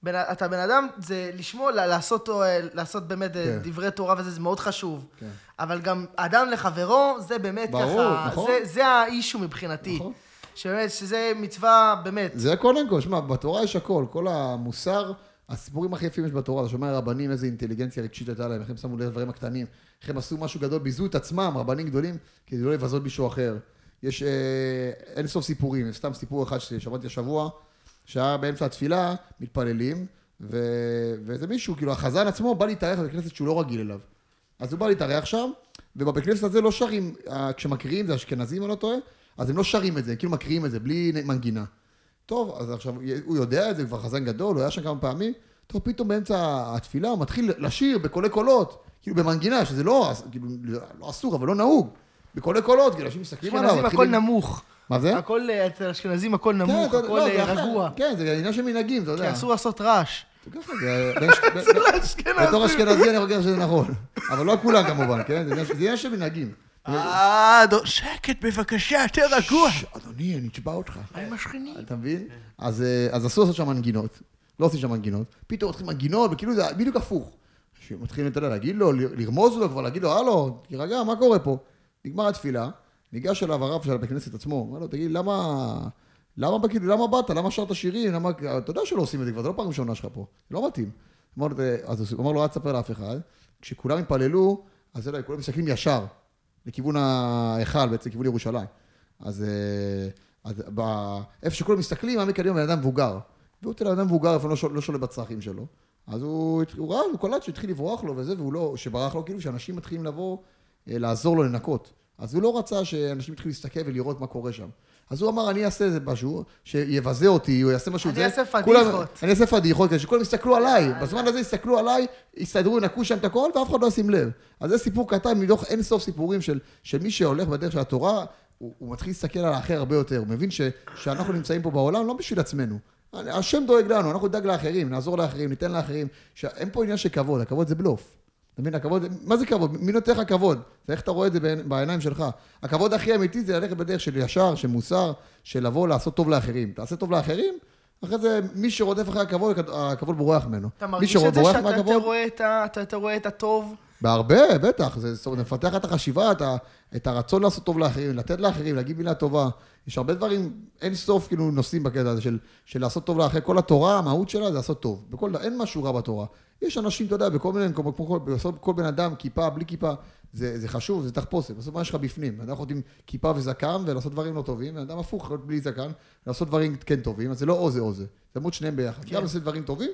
בן, אתה בן אדם, זה לשמור, ל- לעשות, אה, לעשות באמת כן. כן. דברי תורה וזה, זה מאוד חשוב. כן. אבל גם אדם לחברו, זה באמת ברור, ככה, נכון. זה, זה האישו מבחינתי. נכון. שבאמת, שזה מצווה, באמת, זה קודם כל, שמע, בתורה יש הכל, כל המוסר, הסיפורים הכי יפים יש בתורה, אתה שומע רבנים, איזה אינטליגנציה רגשית הייתה להם, איך הם שמו לב לדברים הקטנים, איך הם עשו משהו גדול, ביזו את עצמם, רבנים גדולים, כדי לא לבזות מישהו אחר. יש אה, אין סוף סיפורים, סתם סיפור אחד ששמעתי השבוע, שהיה באמצע התפילה, מתפללים, ו... ואיזה מישהו, כאילו החזן עצמו בא להתארח בבית כנסת שהוא לא רגיל אליו. אז הוא בא להתארח שם, ובבית כנסת הזה לא שרים, אה, כשמקריאים, זה אשכנזים, אני לא טועה, אז הם לא שרים את זה, הם כאילו מקריאים את זה, בלי מנגינה. טוב, אז עכשיו, הוא יודע את זה, הוא כבר חזן גדול, הוא היה שם כמה פעמים, טוב, פתאום באמצע התפילה הוא מתחיל לשיר בקולי קולות, כאילו במנגינה, שזה לא, כאילו, לא אסור, אבל לא נהוג, בקולי קולות, כאילו, אנשים מסתכלים עליו, אשכנזים הכל מתחילים- נמוך. מה זה? הכל, אה, אצל אשכנזים הכל נמוך, כן, אתה- הכל לא, אה, זה אחר. רגוע. כן, זה עניין של מנהגים, אתה כי יודע. אסור לעשות רעש. ככה, זה- בין ש- בין- בתור אשכנזי אני חושב שזה נכון, אבל לא כולם כמובן, כן? זה עניין- זה עניין של מנהגים. אה, דו- שקט בבקשה, תרגוע. ש- אדוני, אני אשבע אותך. מה עם השכנים? אתה מבין? אז, אה, אז אסור לעשות שם מנגינות. לא עושים שם מנגינות. פתאום עושים מנגינות, וכאילו זה בדיוק הפוך. שמתחילים, אתה יודע, להגיד לו, ל- לרמוז לו כבר, להגיד לו, הלו, תירגע, מה קורה פה? נגמר התפילה, ניגש אליו הרב של הבית כנסת עצמו, אמר לו, תגיד, למה... למה, בא- כאילו, למה באת? למה שרת שירים? למה... אתה יודע שלא עושים את זה כבר, זה לא פעם ראשונה שלך פה. זה לא מתאים. אמר לו, "אה", אז הוא אמר לו, אל תספר לאף אחד. כשכולם התפללו, אז אתה יודע, כולם מסתכלים ישר, לכיוון ההיכל, בעצם לכיוון ירושלים. אז, אה, אז ב... איפה שכולם מסתכלים, היה מקדימה בן אדם מבוגר. והוא תראה, אדם מבוגר, איפה לא שול- לא שולט בצרכים שלו. אז הוא, הת- הוא ראה, הוא קלט שהתחיל לברוח לו וזה, והוא לא, שברח לו, כאילו שאנשים מתחילים לבוא אה, לעזור לו לנקות. אז הוא לא רצה שאנשים יתחילו להסתכל ולראות מה קורה שם. אז הוא אמר, אני אעשה איזה משהו, שיבזה אותי, או יעשה משהו אני זה. אעשה כולם- פדיחות." אני אעשה פדיחות, כדי שכולם יסתכלו עליי. בזמן הזה יסתכלו עליי, יסתדרו, ינקו שם את הכל, ואף אחד לא ישים לב. אז זה סיפור קטן מתוך אין סוף סיפורים של, של מי שהולך בדרך של התורה, הוא, הוא מתחיל להסתכל על האחר הרבה יותר. הוא מבין ש, שאנחנו נמצאים פה בעולם לא בשביל עצמנו. השם דואג לנו, אנחנו נדאג לאחרים, נעזור לאחרים, ניתן לאחרים. ש- אין פה עניין של כבוד, הכבוד זה בלוף. אתה מבין, הכבוד, מה זה כבוד? מי נותן לך כבוד? זה איך אתה רואה את זה בעין- בעיניים שלך. הכבוד הכי אמיתי זה ללכת בדרך של ישר, של מוסר, של לבוא לעשות טוב לאחרים. תעשה טוב לאחרים, אחרי זה מי שרודף אחרי הכבוד, הכבוד בורח ממנו. אתה מי מרגיש את זה שבורח שאתה מהכבוד- אתה רואה את ה- אתה- אתה רואה את הטוב? בהרבה, בטח. זה, זאת אומרת, זה מפתח את החשיבה, את, ה, את הרצון לעשות טוב לאחרים, לתת לאחרים, להגיד מילה טובה. יש הרבה דברים, אין סוף כאילו נושאים בקטע הזה של, של לעשות טוב לאחרים. כל התורה, המהות שלה זה לעשות טוב. בכל, ד- אין משהו רע בתורה. יש אנשים, אתה יודע, בכל מיני מקומות, כמו כל, בסוף כל בן אדם, כיפה, בלי כיפה, זה, זה חשוב, זה תחפושת. בסוף מה יש לך בפנים? אדם יכול להיות עם כיפה וזקן ולעשות דברים לא טובים, ואדם הפוך, יכול להיות בלי זקן, לעשות דברים כן טובים, אז זה לא או זה או זה. זה מאוד שניהם ביחד. גם לעשות דברים טובים,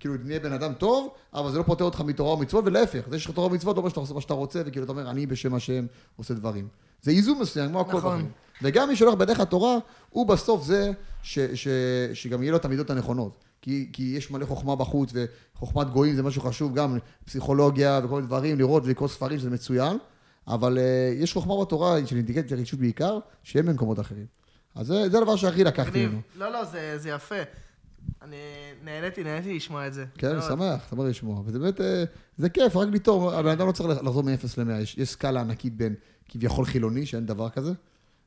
כאילו, נהיה בן אדם טוב, אבל זה לא פוטר אותך מתורה ומצוות, ולהפך, זה שיש לך תורה ומצוות, לא אומר שאתה עושה מה שאתה רוצה, וכאילו, אתה אומר, אני בשם השם עושה דברים. זה איזון מסוים, כמו הכל נכון. בחיים. וגם מי שהולך בדרך התורה, הוא בסוף זה ש, ש, שגם יהיה לו את המידות הנכונות. כי, כי יש מלא חוכמה בחוץ, וחוכמת גויים זה משהו חשוב, גם פסיכולוגיה וכל מיני דברים, לראות ולקרוא ספרים, שזה מצוין, אבל uh, יש חוכמה בתורה של אינטגנציה רגשית בעיקר, שאין במקומות אחרים. אז זה, זה הדבר שהכי לקחתי מגניב. ממנו. לא, לא, זה זה יפה. אני נהניתי, נהניתי לשמוע את זה. לא, כן, אני מאוד. שמח, שמח לשמוע. וזה באמת, אה, זה כיף, רק ליטום, הבן אדם לא צריך לחזור מ-0 ל-100, יש, יש סקאלה ענקית בין כביכול חילוני, שאין דבר כזה,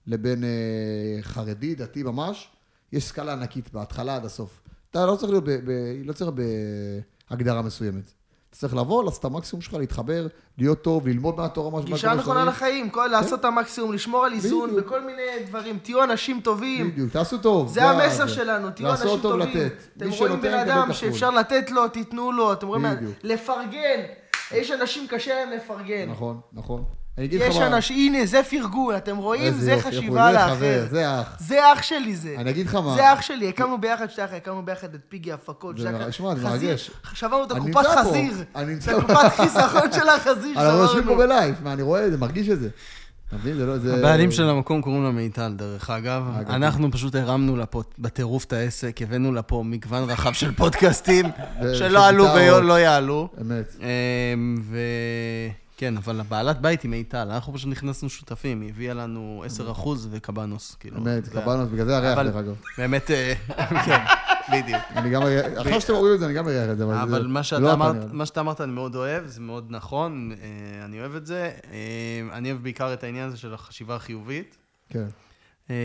לבין אה, חרדי, דתי ממש, יש סקאלה ענקית בהתחלה עד הסוף. אתה לא צריך להיות, ב, ב, לא צריך בהגדרה מסוימת. אתה צריך לבוא, לעשות את המקסימום שלך, להתחבר, להיות טוב, ללמוד מהתורה, מה גישה מהקדוש נכונה ברוך הוא. לחיים, כל- לעשות את המקסימום, לשמור על איזון כן. בדיוק. בכל מיני דברים. תהיו אנשים טובים. בדיוק, תעשו טוב. זה המסר זה. שלנו, תהיו לעשות אנשים טוב, טובים. לתת. אתם מי רואים שנותן, בן מקבל אדם כפול. שאפשר לתת לו, תיתנו לו. אתם רואים, בדיוק. לפרגן. יש אנשים קשה להם לפרגן. נכון, נכון. אני אגיד לך יש מה- אנשים, הנה, זה פרגון, אתם רואים? איזה זה יופי, איך הוא- חשיבה זה חבר, לאחר. זה אח. זה אח שלי זה. אני אגיד לך מה. זה אח שלי, הקמנו ביחד שתי אחים, הקמנו ביחד את פיגי הפקות. זה שהיה מר- כאן שמע, זה חזיר, מרגש. שברנו את אני הקופת נמצא פה. חזיר. אני את נמצא פה. הקופת חיסכון של החזיר אנחנו יושבים פה שברנו. בלייב, מה, אני רואה את זה, מרגיש את זה. אתה מבין? זה לא... זה- הבעלים של המקום קוראים לה מיטל, דרך אגב. אה, אגב. אנחנו פשוט הרמנו לה פה בטירוף את העסק, הבאנו לה פה מגוון רחב של פודקאסטים, של שלא עלו גיטרות. ולא לא יעלו. אמת. אמ, וכן, אבל הבעלת בית היא מיטל, אנחנו פשוט נכנסנו שותפים, היא הביאה לנו 10% וקבנוס, כאילו. אמת, זה- קבלנו, בגלל זה הריח, אבל- דרך אגב. באמת, אה, כן, בדיוק. אני גם אריח, עכשיו שאתם רואים את זה, אני גם אריח את זה, אבל זה... אבל מה לא שאתה אתה אמרת, נראה לי. מה שאתה אמרת אני מאוד אוהב, זה מאוד נכון, אה, אני אוהב את זה. אה, אני אוהב בעיקר את העניין הזה של החשיבה החיובית. כן. אה,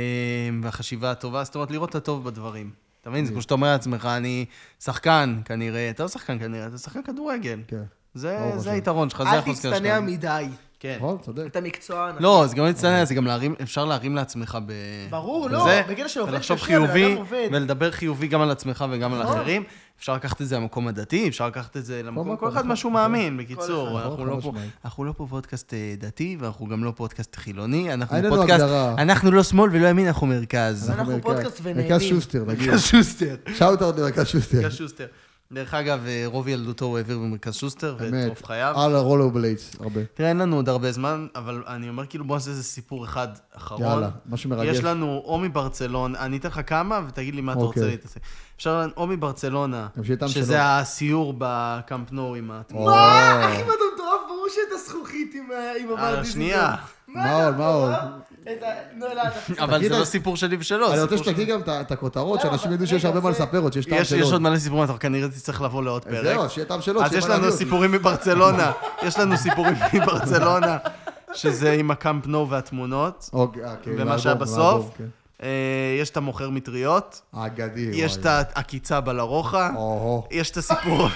והחשיבה הטובה, זאת אומרת, לראות את הטוב בדברים. אתה מבין? זה כמו שאתה אומר לעצמך, אני שחקן כנראה, אתה לא שחקן כנראה, אתה שחקן כדורגל. כן. זה ברוך זה השם. היתרון שלך, זה אל החוזקה שלך. תצטנע מדי. כן. נכון, צודק. אתה מקצוען. לא, זה גם לא להצטנע, זה גם להרים, אפשר להרים לעצמך ב... ברור, לא, זה, בקטע של עובד ולחשוב קשה, חיובי, בן אדם עובד. ולדבר חיובי גם על עצמך וגם על נכון. אחרים. אפשר לקחת את זה למקום הדתי, אפשר לקחת את זה למקום, מקום, כל אחד נכון, מה שהוא נכון. מאמין, אחד. בקיצור. אנחנו נכון, לא חד פה- משמעית. אנחנו לא פה פודקאסט אה, דתי, ואנחנו גם לא פודקאסט חילוני, אנחנו אין לנו פודקאסט, הגדרה. אנחנו לא שמאל ולא ימין, אנחנו מרכז. אנחנו מרכז- פודקאסט ונהנים. מרכז שוסטר, נגיד. מרכז שוסטר. שאוט-אאוט למרכז שוסטר. מרכז שוסטר. דרך אגב, אה, רוב ילדותו הוא העביר במרכז שוסטר, ואת אמת. רוב חייו. על הרולו בליידס, הרבה. תראה, אין לנו עוד הרבה זמן, אבל אני אומר, כאילו, בוא נעשה איזה סיפור אחד אחרון. יאללה, משהו מרגש. יש לנו או מברצלון, אני אתן לך כמה ותגיד לי מה אתה אוקיי. רוצה להתעסק. אפשר לנו או מברצלונה, גם שיהיה טעם שלו. אוקיי. שזה הסיור בקאמפ נו עם ה... או, מה? לא, אחי, מה אתה מטורף? ברור שאת הזכוכית עם ה- עם אה, הבעל שנייה. מה עוד, מה עוד? אבל תגיד זה לא אז- סיפור שלי ושלו. אני זה רוצה סיפור שתגיד גם את ה- את הכותרות, לא, שאנשים אבל- ידעו שיש רגע, הרבה מה זה- לספר עוד, שיש של- טעם יש יש שלו. עוד מלא סיפורים, אתה כנראה תצטרך לבוא לעוד פרק. זהו, שיהיה טעם שלו, אז שיהיה יש מה לנו להביא סיפורים מברצלונה. יש לנו סיפורים מברצלונה, שזה עם הקאמפ נו והתמונות. אוקיי, אה, כן, עם ומה שהיה האלבום, עם בסוף, האלבום, כן. אה, יש את המוכר מטריות, האגדי. יש וואי. את העקיצה בלרוחה, או-הו. יש את הסיפור,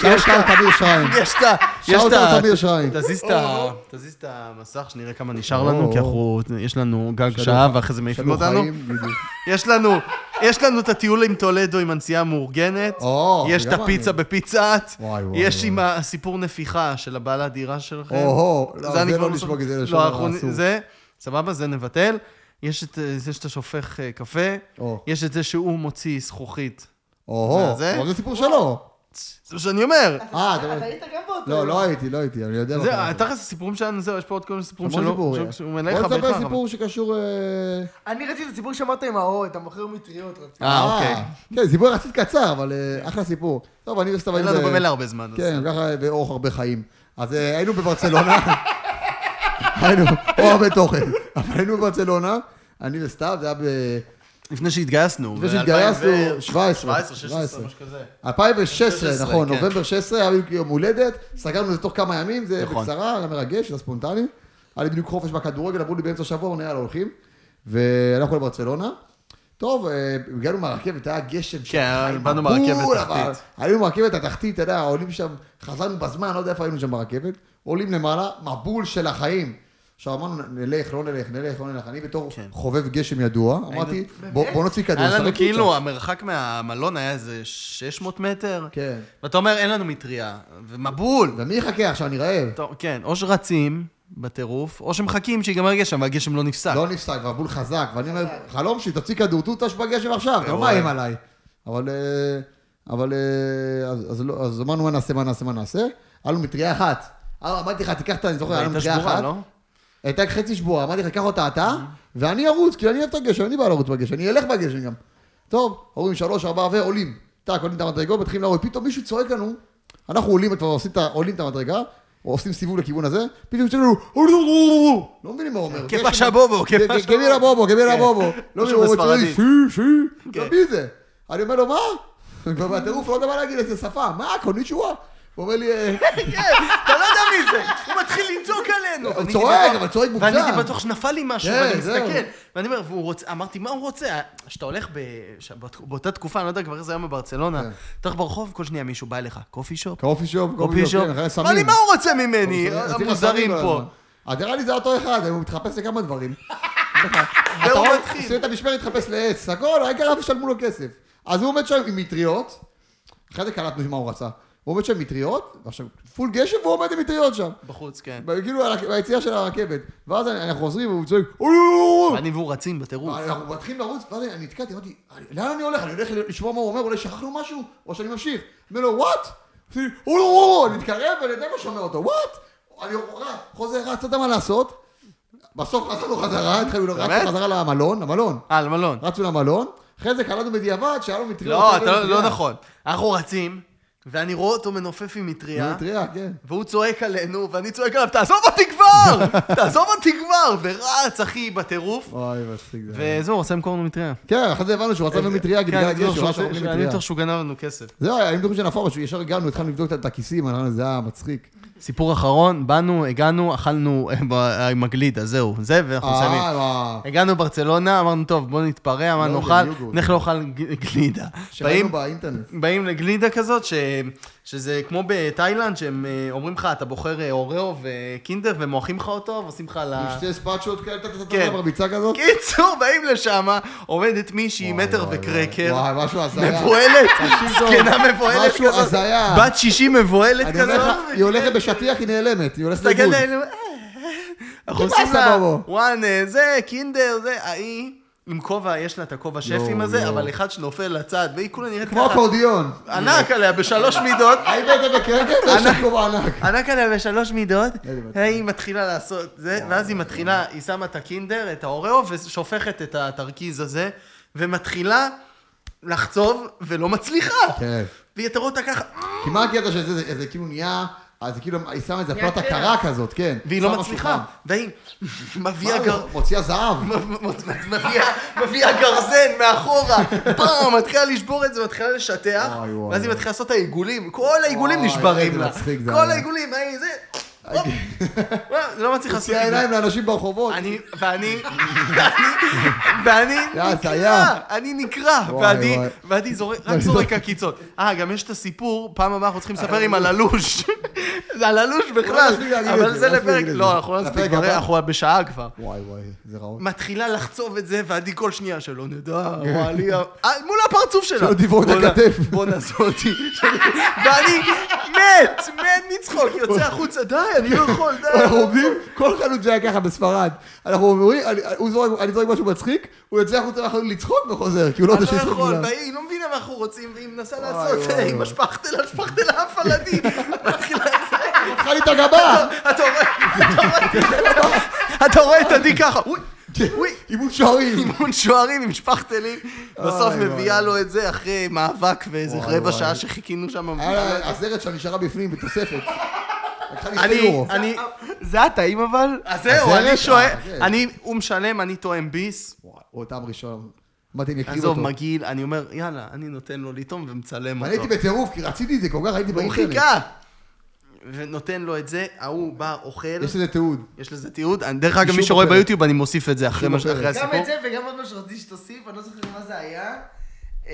שאוט אאוט תמיר שריים. יש את ה... יש שאוט את ה... אאוט תמיר שריים. תזיז את ה- תזיז את המסך, שנראה כמה נשאר או, לנו, או. כי אנחנו, יש לנו גג שעה ואחרי זה מעיפים שלום, אותנו. חיים, בדיוק. יש לנו, יש לנו את הטיול עם טולדו עם הנסיעה המאורגנת, או, יש את גם הפיצה אני. בפיצת, וואי, וואי, יש וואי. עם הסיפור נפיחה של הבעל הדירה שלכם. או-הו, לא, אני זה כבר לא נשמע, כי זה לשון לא, אנחנו- הרע, אסור. זה, סבבה, זה נבטל. יש את אה, זה שאתה שופך אה, קפה, או. יש את זה שהוא מוציא זכוכית. או-הו, זה? אבל זה סיפור שלו. זה מה שאני אומר. אה, אתה אתה רואה. היית גם באותו. לא, לא הייתי, לא הייתי, אני יודע. מה זהו, קרה. אה, תכלס הסיפורים שלנו, זהו, יש פה עוד כל מיני סיפורים המון שלא... סיפור. שהוא- אה. שהוא מלא בוא חברך, נספר אבל- סיפור שקשור... אה, אני ראיתי את הסיפור שאמרת עם האור, את המוכר מטריות. רציתי. אה, אוקיי. כן, סיפור יחסית קצר, אבל אה, אחלה סיפור. טוב, אני וסתם... אין היינו לנו ב- במילא הרבה זמן. אז- כן, ככה, ואורך הרבה חיים. אז אה, היינו בברצלונה, היינו, או הרבה תוכן, אבל היינו בברצלונה, אני וסתיו, זה היה ב... לפני שהתגייסנו. לפני ב- שהתגייסנו, 2017, 17, 16, משהו כזה. 2016, 2016, נכון, כן. נובמבר 16, היה בדיוק יום הולדת, סגרנו את זה תוך כמה ימים, זה נכון. בקצרה, היה מרגש, זה ספונטני. היה לי בדיוק חופש בכדורגל, אמרו לי באמצע השבוע, נראה לה הולכים, והלכנו לברצלונה. טוב, אה, הגענו מהרכבת, היה גשם של כן, חיים, באנו מהרכבת מבול, התחתית. אבל היינו מהרכבת התחתית, אתה יודע, עולים שם, חזרנו בזמן, לא יודע איפה היינו שם ברכבת, עולים למעלה, מבול של החיים. עכשיו אמרנו, נלך, לא נלך, נלך, לא נלך. אני בתור כן. חובב גשם ידוע, אמרתי, בוא בוא נוציא כדור, היה לנו נשחק כאילו, קצת. המרחק מהמלון היה איזה 600 מטר. כן. ואתה אומר, אין לנו מטריה, ומבול. ומי יחכה עכשיו, אני רעב. טוב, כן, או שרצים בטירוף, או שמחכים שיגמר גשם, והגשם לא נפסק. לא נפסק, והבול חזק, ואני אומר, חלום שלי, תוציא כדור טוטש בגשם עכשיו, אתה לא אה, וואי. מאיים עליי. אבל, אה, אבל, אה, אז- אז לא- אז אמרנו מה נעשה, מה נעשה, מה נעשה. היה לנו מטריה אחת. אה, אמרתי לך, תיקח את ה... אני זוכר, היה לנו הייתה מטריה שבורה, אחת. לא? הייתה חצי שבועה, אמרתי לך, קח אותה אתה, Mhm. ואני ארוץ, כי אני אוהב את הגשם, אני בא לרוץ בגשם, אני אלך בגשם גם. טוב, אומרים שלוש, ארבע ועולים. טאק, עולים את המדרגות, מתחילים לרוץ, פתאום מישהו צועק לנו, אנחנו עולים, כבר עושים את ה- עולים את המדרגה, או עולים סיבוב לכיוון הזה, פתאום צועק לנו, "אולו, אולו, אולו". לא מבינים מה הוא אומר. כיפה גשם- שבובו, כיפה כן, כן, שבובו. גבירה בובו, גבירה בובו. לא מבינים, משהו הוא צועק, בספרדית. כן. שי, שי, לא מבין את זה. אני אומר לו, מה? אני כבר בטירוף, לא יודע מה להגיד, איזה שפה, מה, קוניצ'ווה? הוא אומר לי, "אה, אתה לא יודע מי זה, הוא מתחיל לצעוק עלינו. הוא ואני צועק, הייתי בטוח- אבל צועק מוגזם. ואני הייתי בטוח שנפל לי משהו, כן, ואני זהו. מסתכל, ואני אומר, והוא רוצה, אמרתי, מה הוא רוצה? כשאתה הולך ב- ש- בת- באותה תקופה, אני לא יודע כבר איזה יום בברצלונה, כן. אתה הולך ברחוב, כל שנייה מישהו בא אליך, קופי שופ? קופי שופ, קופי שופ? כן, אחרי אמר לי, סמים. מה הוא רוצה ממני? אז הנה, המוזרים שמים כל פה. הזמן. אז אה, נראה לי זה אותו אחד, הוא מתחפש לכמה דברים. אתה והוא רואה, מתחיל. עושה את המשמרת, התחפש לעץ, הכל, העיקר אף ישלמו לו כסף. אז הוא עומד שם עם מטריות, אחרי זה קלטנו מה הוא רצה. הוא עומד שם עם מטריות, ועכשיו פול גשם והוא עומד עם מטריות שם. בחוץ, כן. כאילו על ה- ביציאה של הרכבת. ואז אנחנו חוזרים והוא צועק, "אולו!" אני והוא רצים בטירוף. אנחנו מתחילים לרוץ, ואז אני נתקעתי, אמרתי, לאן אני הולך? אני הולך לשמוע מה הוא אומר, אולי שכחנו משהו, או שאני ממשיך. אומר לו, וואט? עושה לי, "או, או, או", אני מתקרב ואני עדיין לא שומע אותו, וואט? אני רץ, חוזר, רץ, לא יודע מה לעשות. בסוף רצנו חזרה, התחלנו באמת? רצנו חזרה למלון, למלון. אה, למלון. רצנו למלון, אחרי זה קלטנו בדיעבד שהיה לו מטריה. לא, אתה לא- אה. לא נכון. אנחנו רצים, ואני רואה אותו מנופף עם מטריה. מטריה, כן. והוא צועק עלינו, ואני צועק עליו, תעזוב אותי כבר! תעזוב אותי כבר! ורץ, אחי, בטירוף. אוי, מצחיק זה. היה. וזהו, עושה מקורנו מטריה. כן, אחרי זה הבנו שהוא רצה במטריה, כי כן, בגלל אני הגשם, בטוח הוא רצה שהוא- במטריה. אני בטוח שהוא גנב לנו כסף. זהו, היינו בטוחים שנפור, ישר הגענו, התחלנו לבדוק את הכיסים, אמרנו, זה היה מצחיק. סיפור אחרון, באנו, הגענו, אכלנו אה, ב- עם הגלידה, זהו. זה, ואנחנו מסיימים. אה, מה- הגענו לברצלונה, אמרנו, טוב, בוא נתפרע, מה לא, נאכל? זה יוגורט. נלך לאכל ג- גלידה. שראינו באים באינטרנט. באים לגלידה כזאת, ש... שזה כמו בתאילנד, שהם אה, אומרים לך, אתה בוחר אה, אוראו וקינדר, ומועכים לך אותו, ועושים לך על עם ה... שתי ספאצ'ות כאלה, אתה אה. כן. אתה ברביצה כזאת? קיצור, באים לשם, עומדת מישהי, וואי, מטר וואי, וקרקר, וואי, משהו הזיה. מבוהלת, תקשיב טוב, זקנה מבוהלת משהו כזאת, הזיה. בת 60 מבוהלת אני אומר כזאת. לך, היא הולכת בשטיח, היא נעלמת, היא הולכת מסתכלת לאיבוד. עלינו, "אה." אנחנו מה עושים עשה לה, בבו? וואן, אה, זה, קינדר, זה, ההיא, עם כובע, יש לה את הכובע שפים יואו, הזה, יואו. אבל אחד שנופל לצד, והיא כולה נראית לא, כמו ככה, אקורדיון. ענק עליה בשלוש מידות, האם היית בקרקל? יש לך כובע ענק. ענק עליה בשלוש מידות, איזה מצחיק. היא מתחילה לעשות זה, ואז היא מתחילה, היא שמה את הקינדר, את האוראו, ושופכת את התרכיז הזה, ומתחילה לחצוב, ולא מצליחה. כן. והיא אתה רואה אותה ככה, כי מה הקטע של זה? זה- זה כאילו נהיה, אז זה כאילו, היא שמה את זה נהיה פלטה קרח. קרה כזאת, כן. והיא לא שמה מצליחה, שולחן. והיא מביאה מה, גר... מוציאה זהב. מביאה- מביאה גרזן מאחורה, פעם, מתחילה לשבור את זה, מתחילה לשטח, וואי, וואי, ואז וואי. היא מתחילה לעשות את העיגולים, כל העיגולים וואי, נשברים איזה לה, מצחיק זה כל היה. העיגולים, היי, זה, הופ. וואי, לא מצליחה לעשות מוציאה עיגול. עיניים לאנשים ברחובות. אני, ואני, ואני, יא, ואני נקרע, הזיה. אני נקרע, וואי, ואני, וואי. ואני זורק, רק זורק עקיצות. אה, גם יש את הסיפור, פעם הבאה אנחנו צריכים לספר עם הללוש. זה הללוש אולי בכלל, אה, נספיק להגיד את אבל זה, זה אולי נספיק לפרק, להגיד את זה. לא, אנחנו לא נספיק, לפרק כבר, הבא. אנחנו בשעה כבר. וואי וואי, זה רעון. מתחילה לחצוב את זה, ועדי כל שנייה שלא נדע, וואלי, מול הפרצוף שלה. שלא תברור את בואנה- הכתף. בואנה זאתי. ואני, מת, מת מצחוק, יוצא החוצה, די, אני לא יכול, די. אנחנו עומדים, כל חנות שהיה ככה בספרד, אנחנו אומרים, אני- הוא זורק- אני זורק משהו מצחיק, הוא יוצא החוצה ואנחנו לצחוק וחוזר, כי הוא לא אני יודע לא שיש לו יכול, כולם. והיא לא מבינה מה אנחנו רוצים, והיא מנסה וואי, לעשות, וואי, היי, וואי. משפכתלה, משפכתלה הפלדי. מתחילה לזה, אכל לי את הגבה! אתה רואה, אתה רואה, אתה רואה את עדי ככה, אוי, אוי, אימון שוערים! אימון שוערים עם שפכטלים, בסוף וואי, מביאה וואי. לו את זה אחרי מאבק ואיזה וואי, רבע וואי. אה, שעה שחיכינו שם. היה לה- הזרת שלה נשארה בפנים, בתוספת. לקחה לי שתי אני, יורו. אני, זה את האם אבל? אז זהו, הזרת, אני שואל, אה, זה. אני, הוא משלם, אני טועם ביס, וואי, הוא טעם ראשון. אמרתי, הם יקריבו עזוב, אותו. מגעיל, אני אומר, יאללה, אני נותן לו לטעום ומצלם אני הייתי אותו. בטירוף, כי רציתי את זה כל כך, הייתי הוא באינטרנט. חיכה! ונותן לו את זה, ההוא בא, אוכל, יש לזה תיעוד. יש לזה תיעוד, אני- דרך אגב, אישור מי שרואה בפרק. ביוטיוב, אני מוסיף את זה אחרי מה- בפרק. אחרי גם הסיפור. לא, את זה וגם עוד מה שרציתי שתוסיף, אני לא זוכר מה זה היה. אה,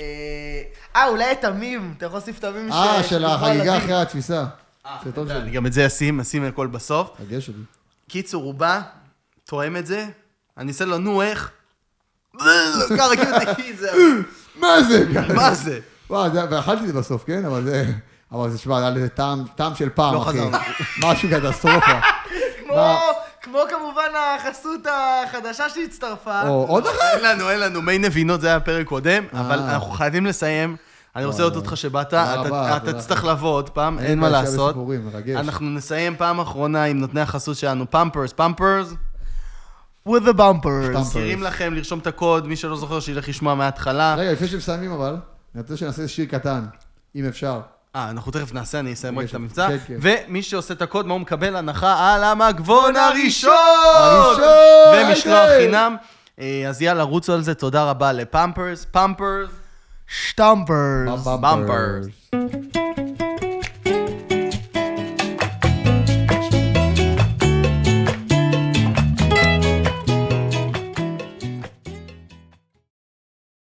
אה, אולי את המים, אתה יכול להוסיף את המים אה, ש- של שדיברו על החגיגה המים. אחרי התפיסה. אה, סרטון אני שלי. גם את זה אשים, אשים הכל בסוף. רגש אותי. קיצור, הוא בא, תואם את זה, אני אעשה לו, נו, איך? ככה, כאילו, תגיד, זה... אה. מה זה? מה זה? וואי, זה- ואכלתי את זה בסוף, כן? אבל זה... אבל זה, שמע, היה לזה טעם, טעם של פעם, לא אחי. חזרנו. משהו קטסטרופה. כמו, מה? כמו כמובן החסות החדשה שהצטרפה. או עוד אחת? אין לנו, אין לנו, מי נבינות, זה היה פרק קודם, אבל אה. אנחנו חייבים לסיים. אני רוצה להודות לך שבאת, תודה אתה- רבה, אתה תודה. תצטרך לבוא עוד פעם, אין מה בעיה לעשות. בסיפורים, מרגש. אנחנו נסיים פעם אחרונה עם נותני החסות שלנו, פמפרס, פמפרס. With the bumpers. Pampers. מזכירים לכם לרשום את הקוד, מי שלא זוכר שילך לשמוע מההתחלה. רגע, לפני שמסיימים אבל, אני רוצה שנעשה שיר קטן, אם אפשר. אה, אנחנו תכף נעשה, אני אסיים רק את רגע, המבצע. כן, כן. ומי שעושה את הקוד, מה הוא מקבל? הנחה על המגבון הראשון! הראשון! ומשלוח היידה! חינם. אה, אז יאללה, רוצו על זה, תודה רבה לפמפרס, פמפרס. Bumpers. שטמפרס. Bumpers.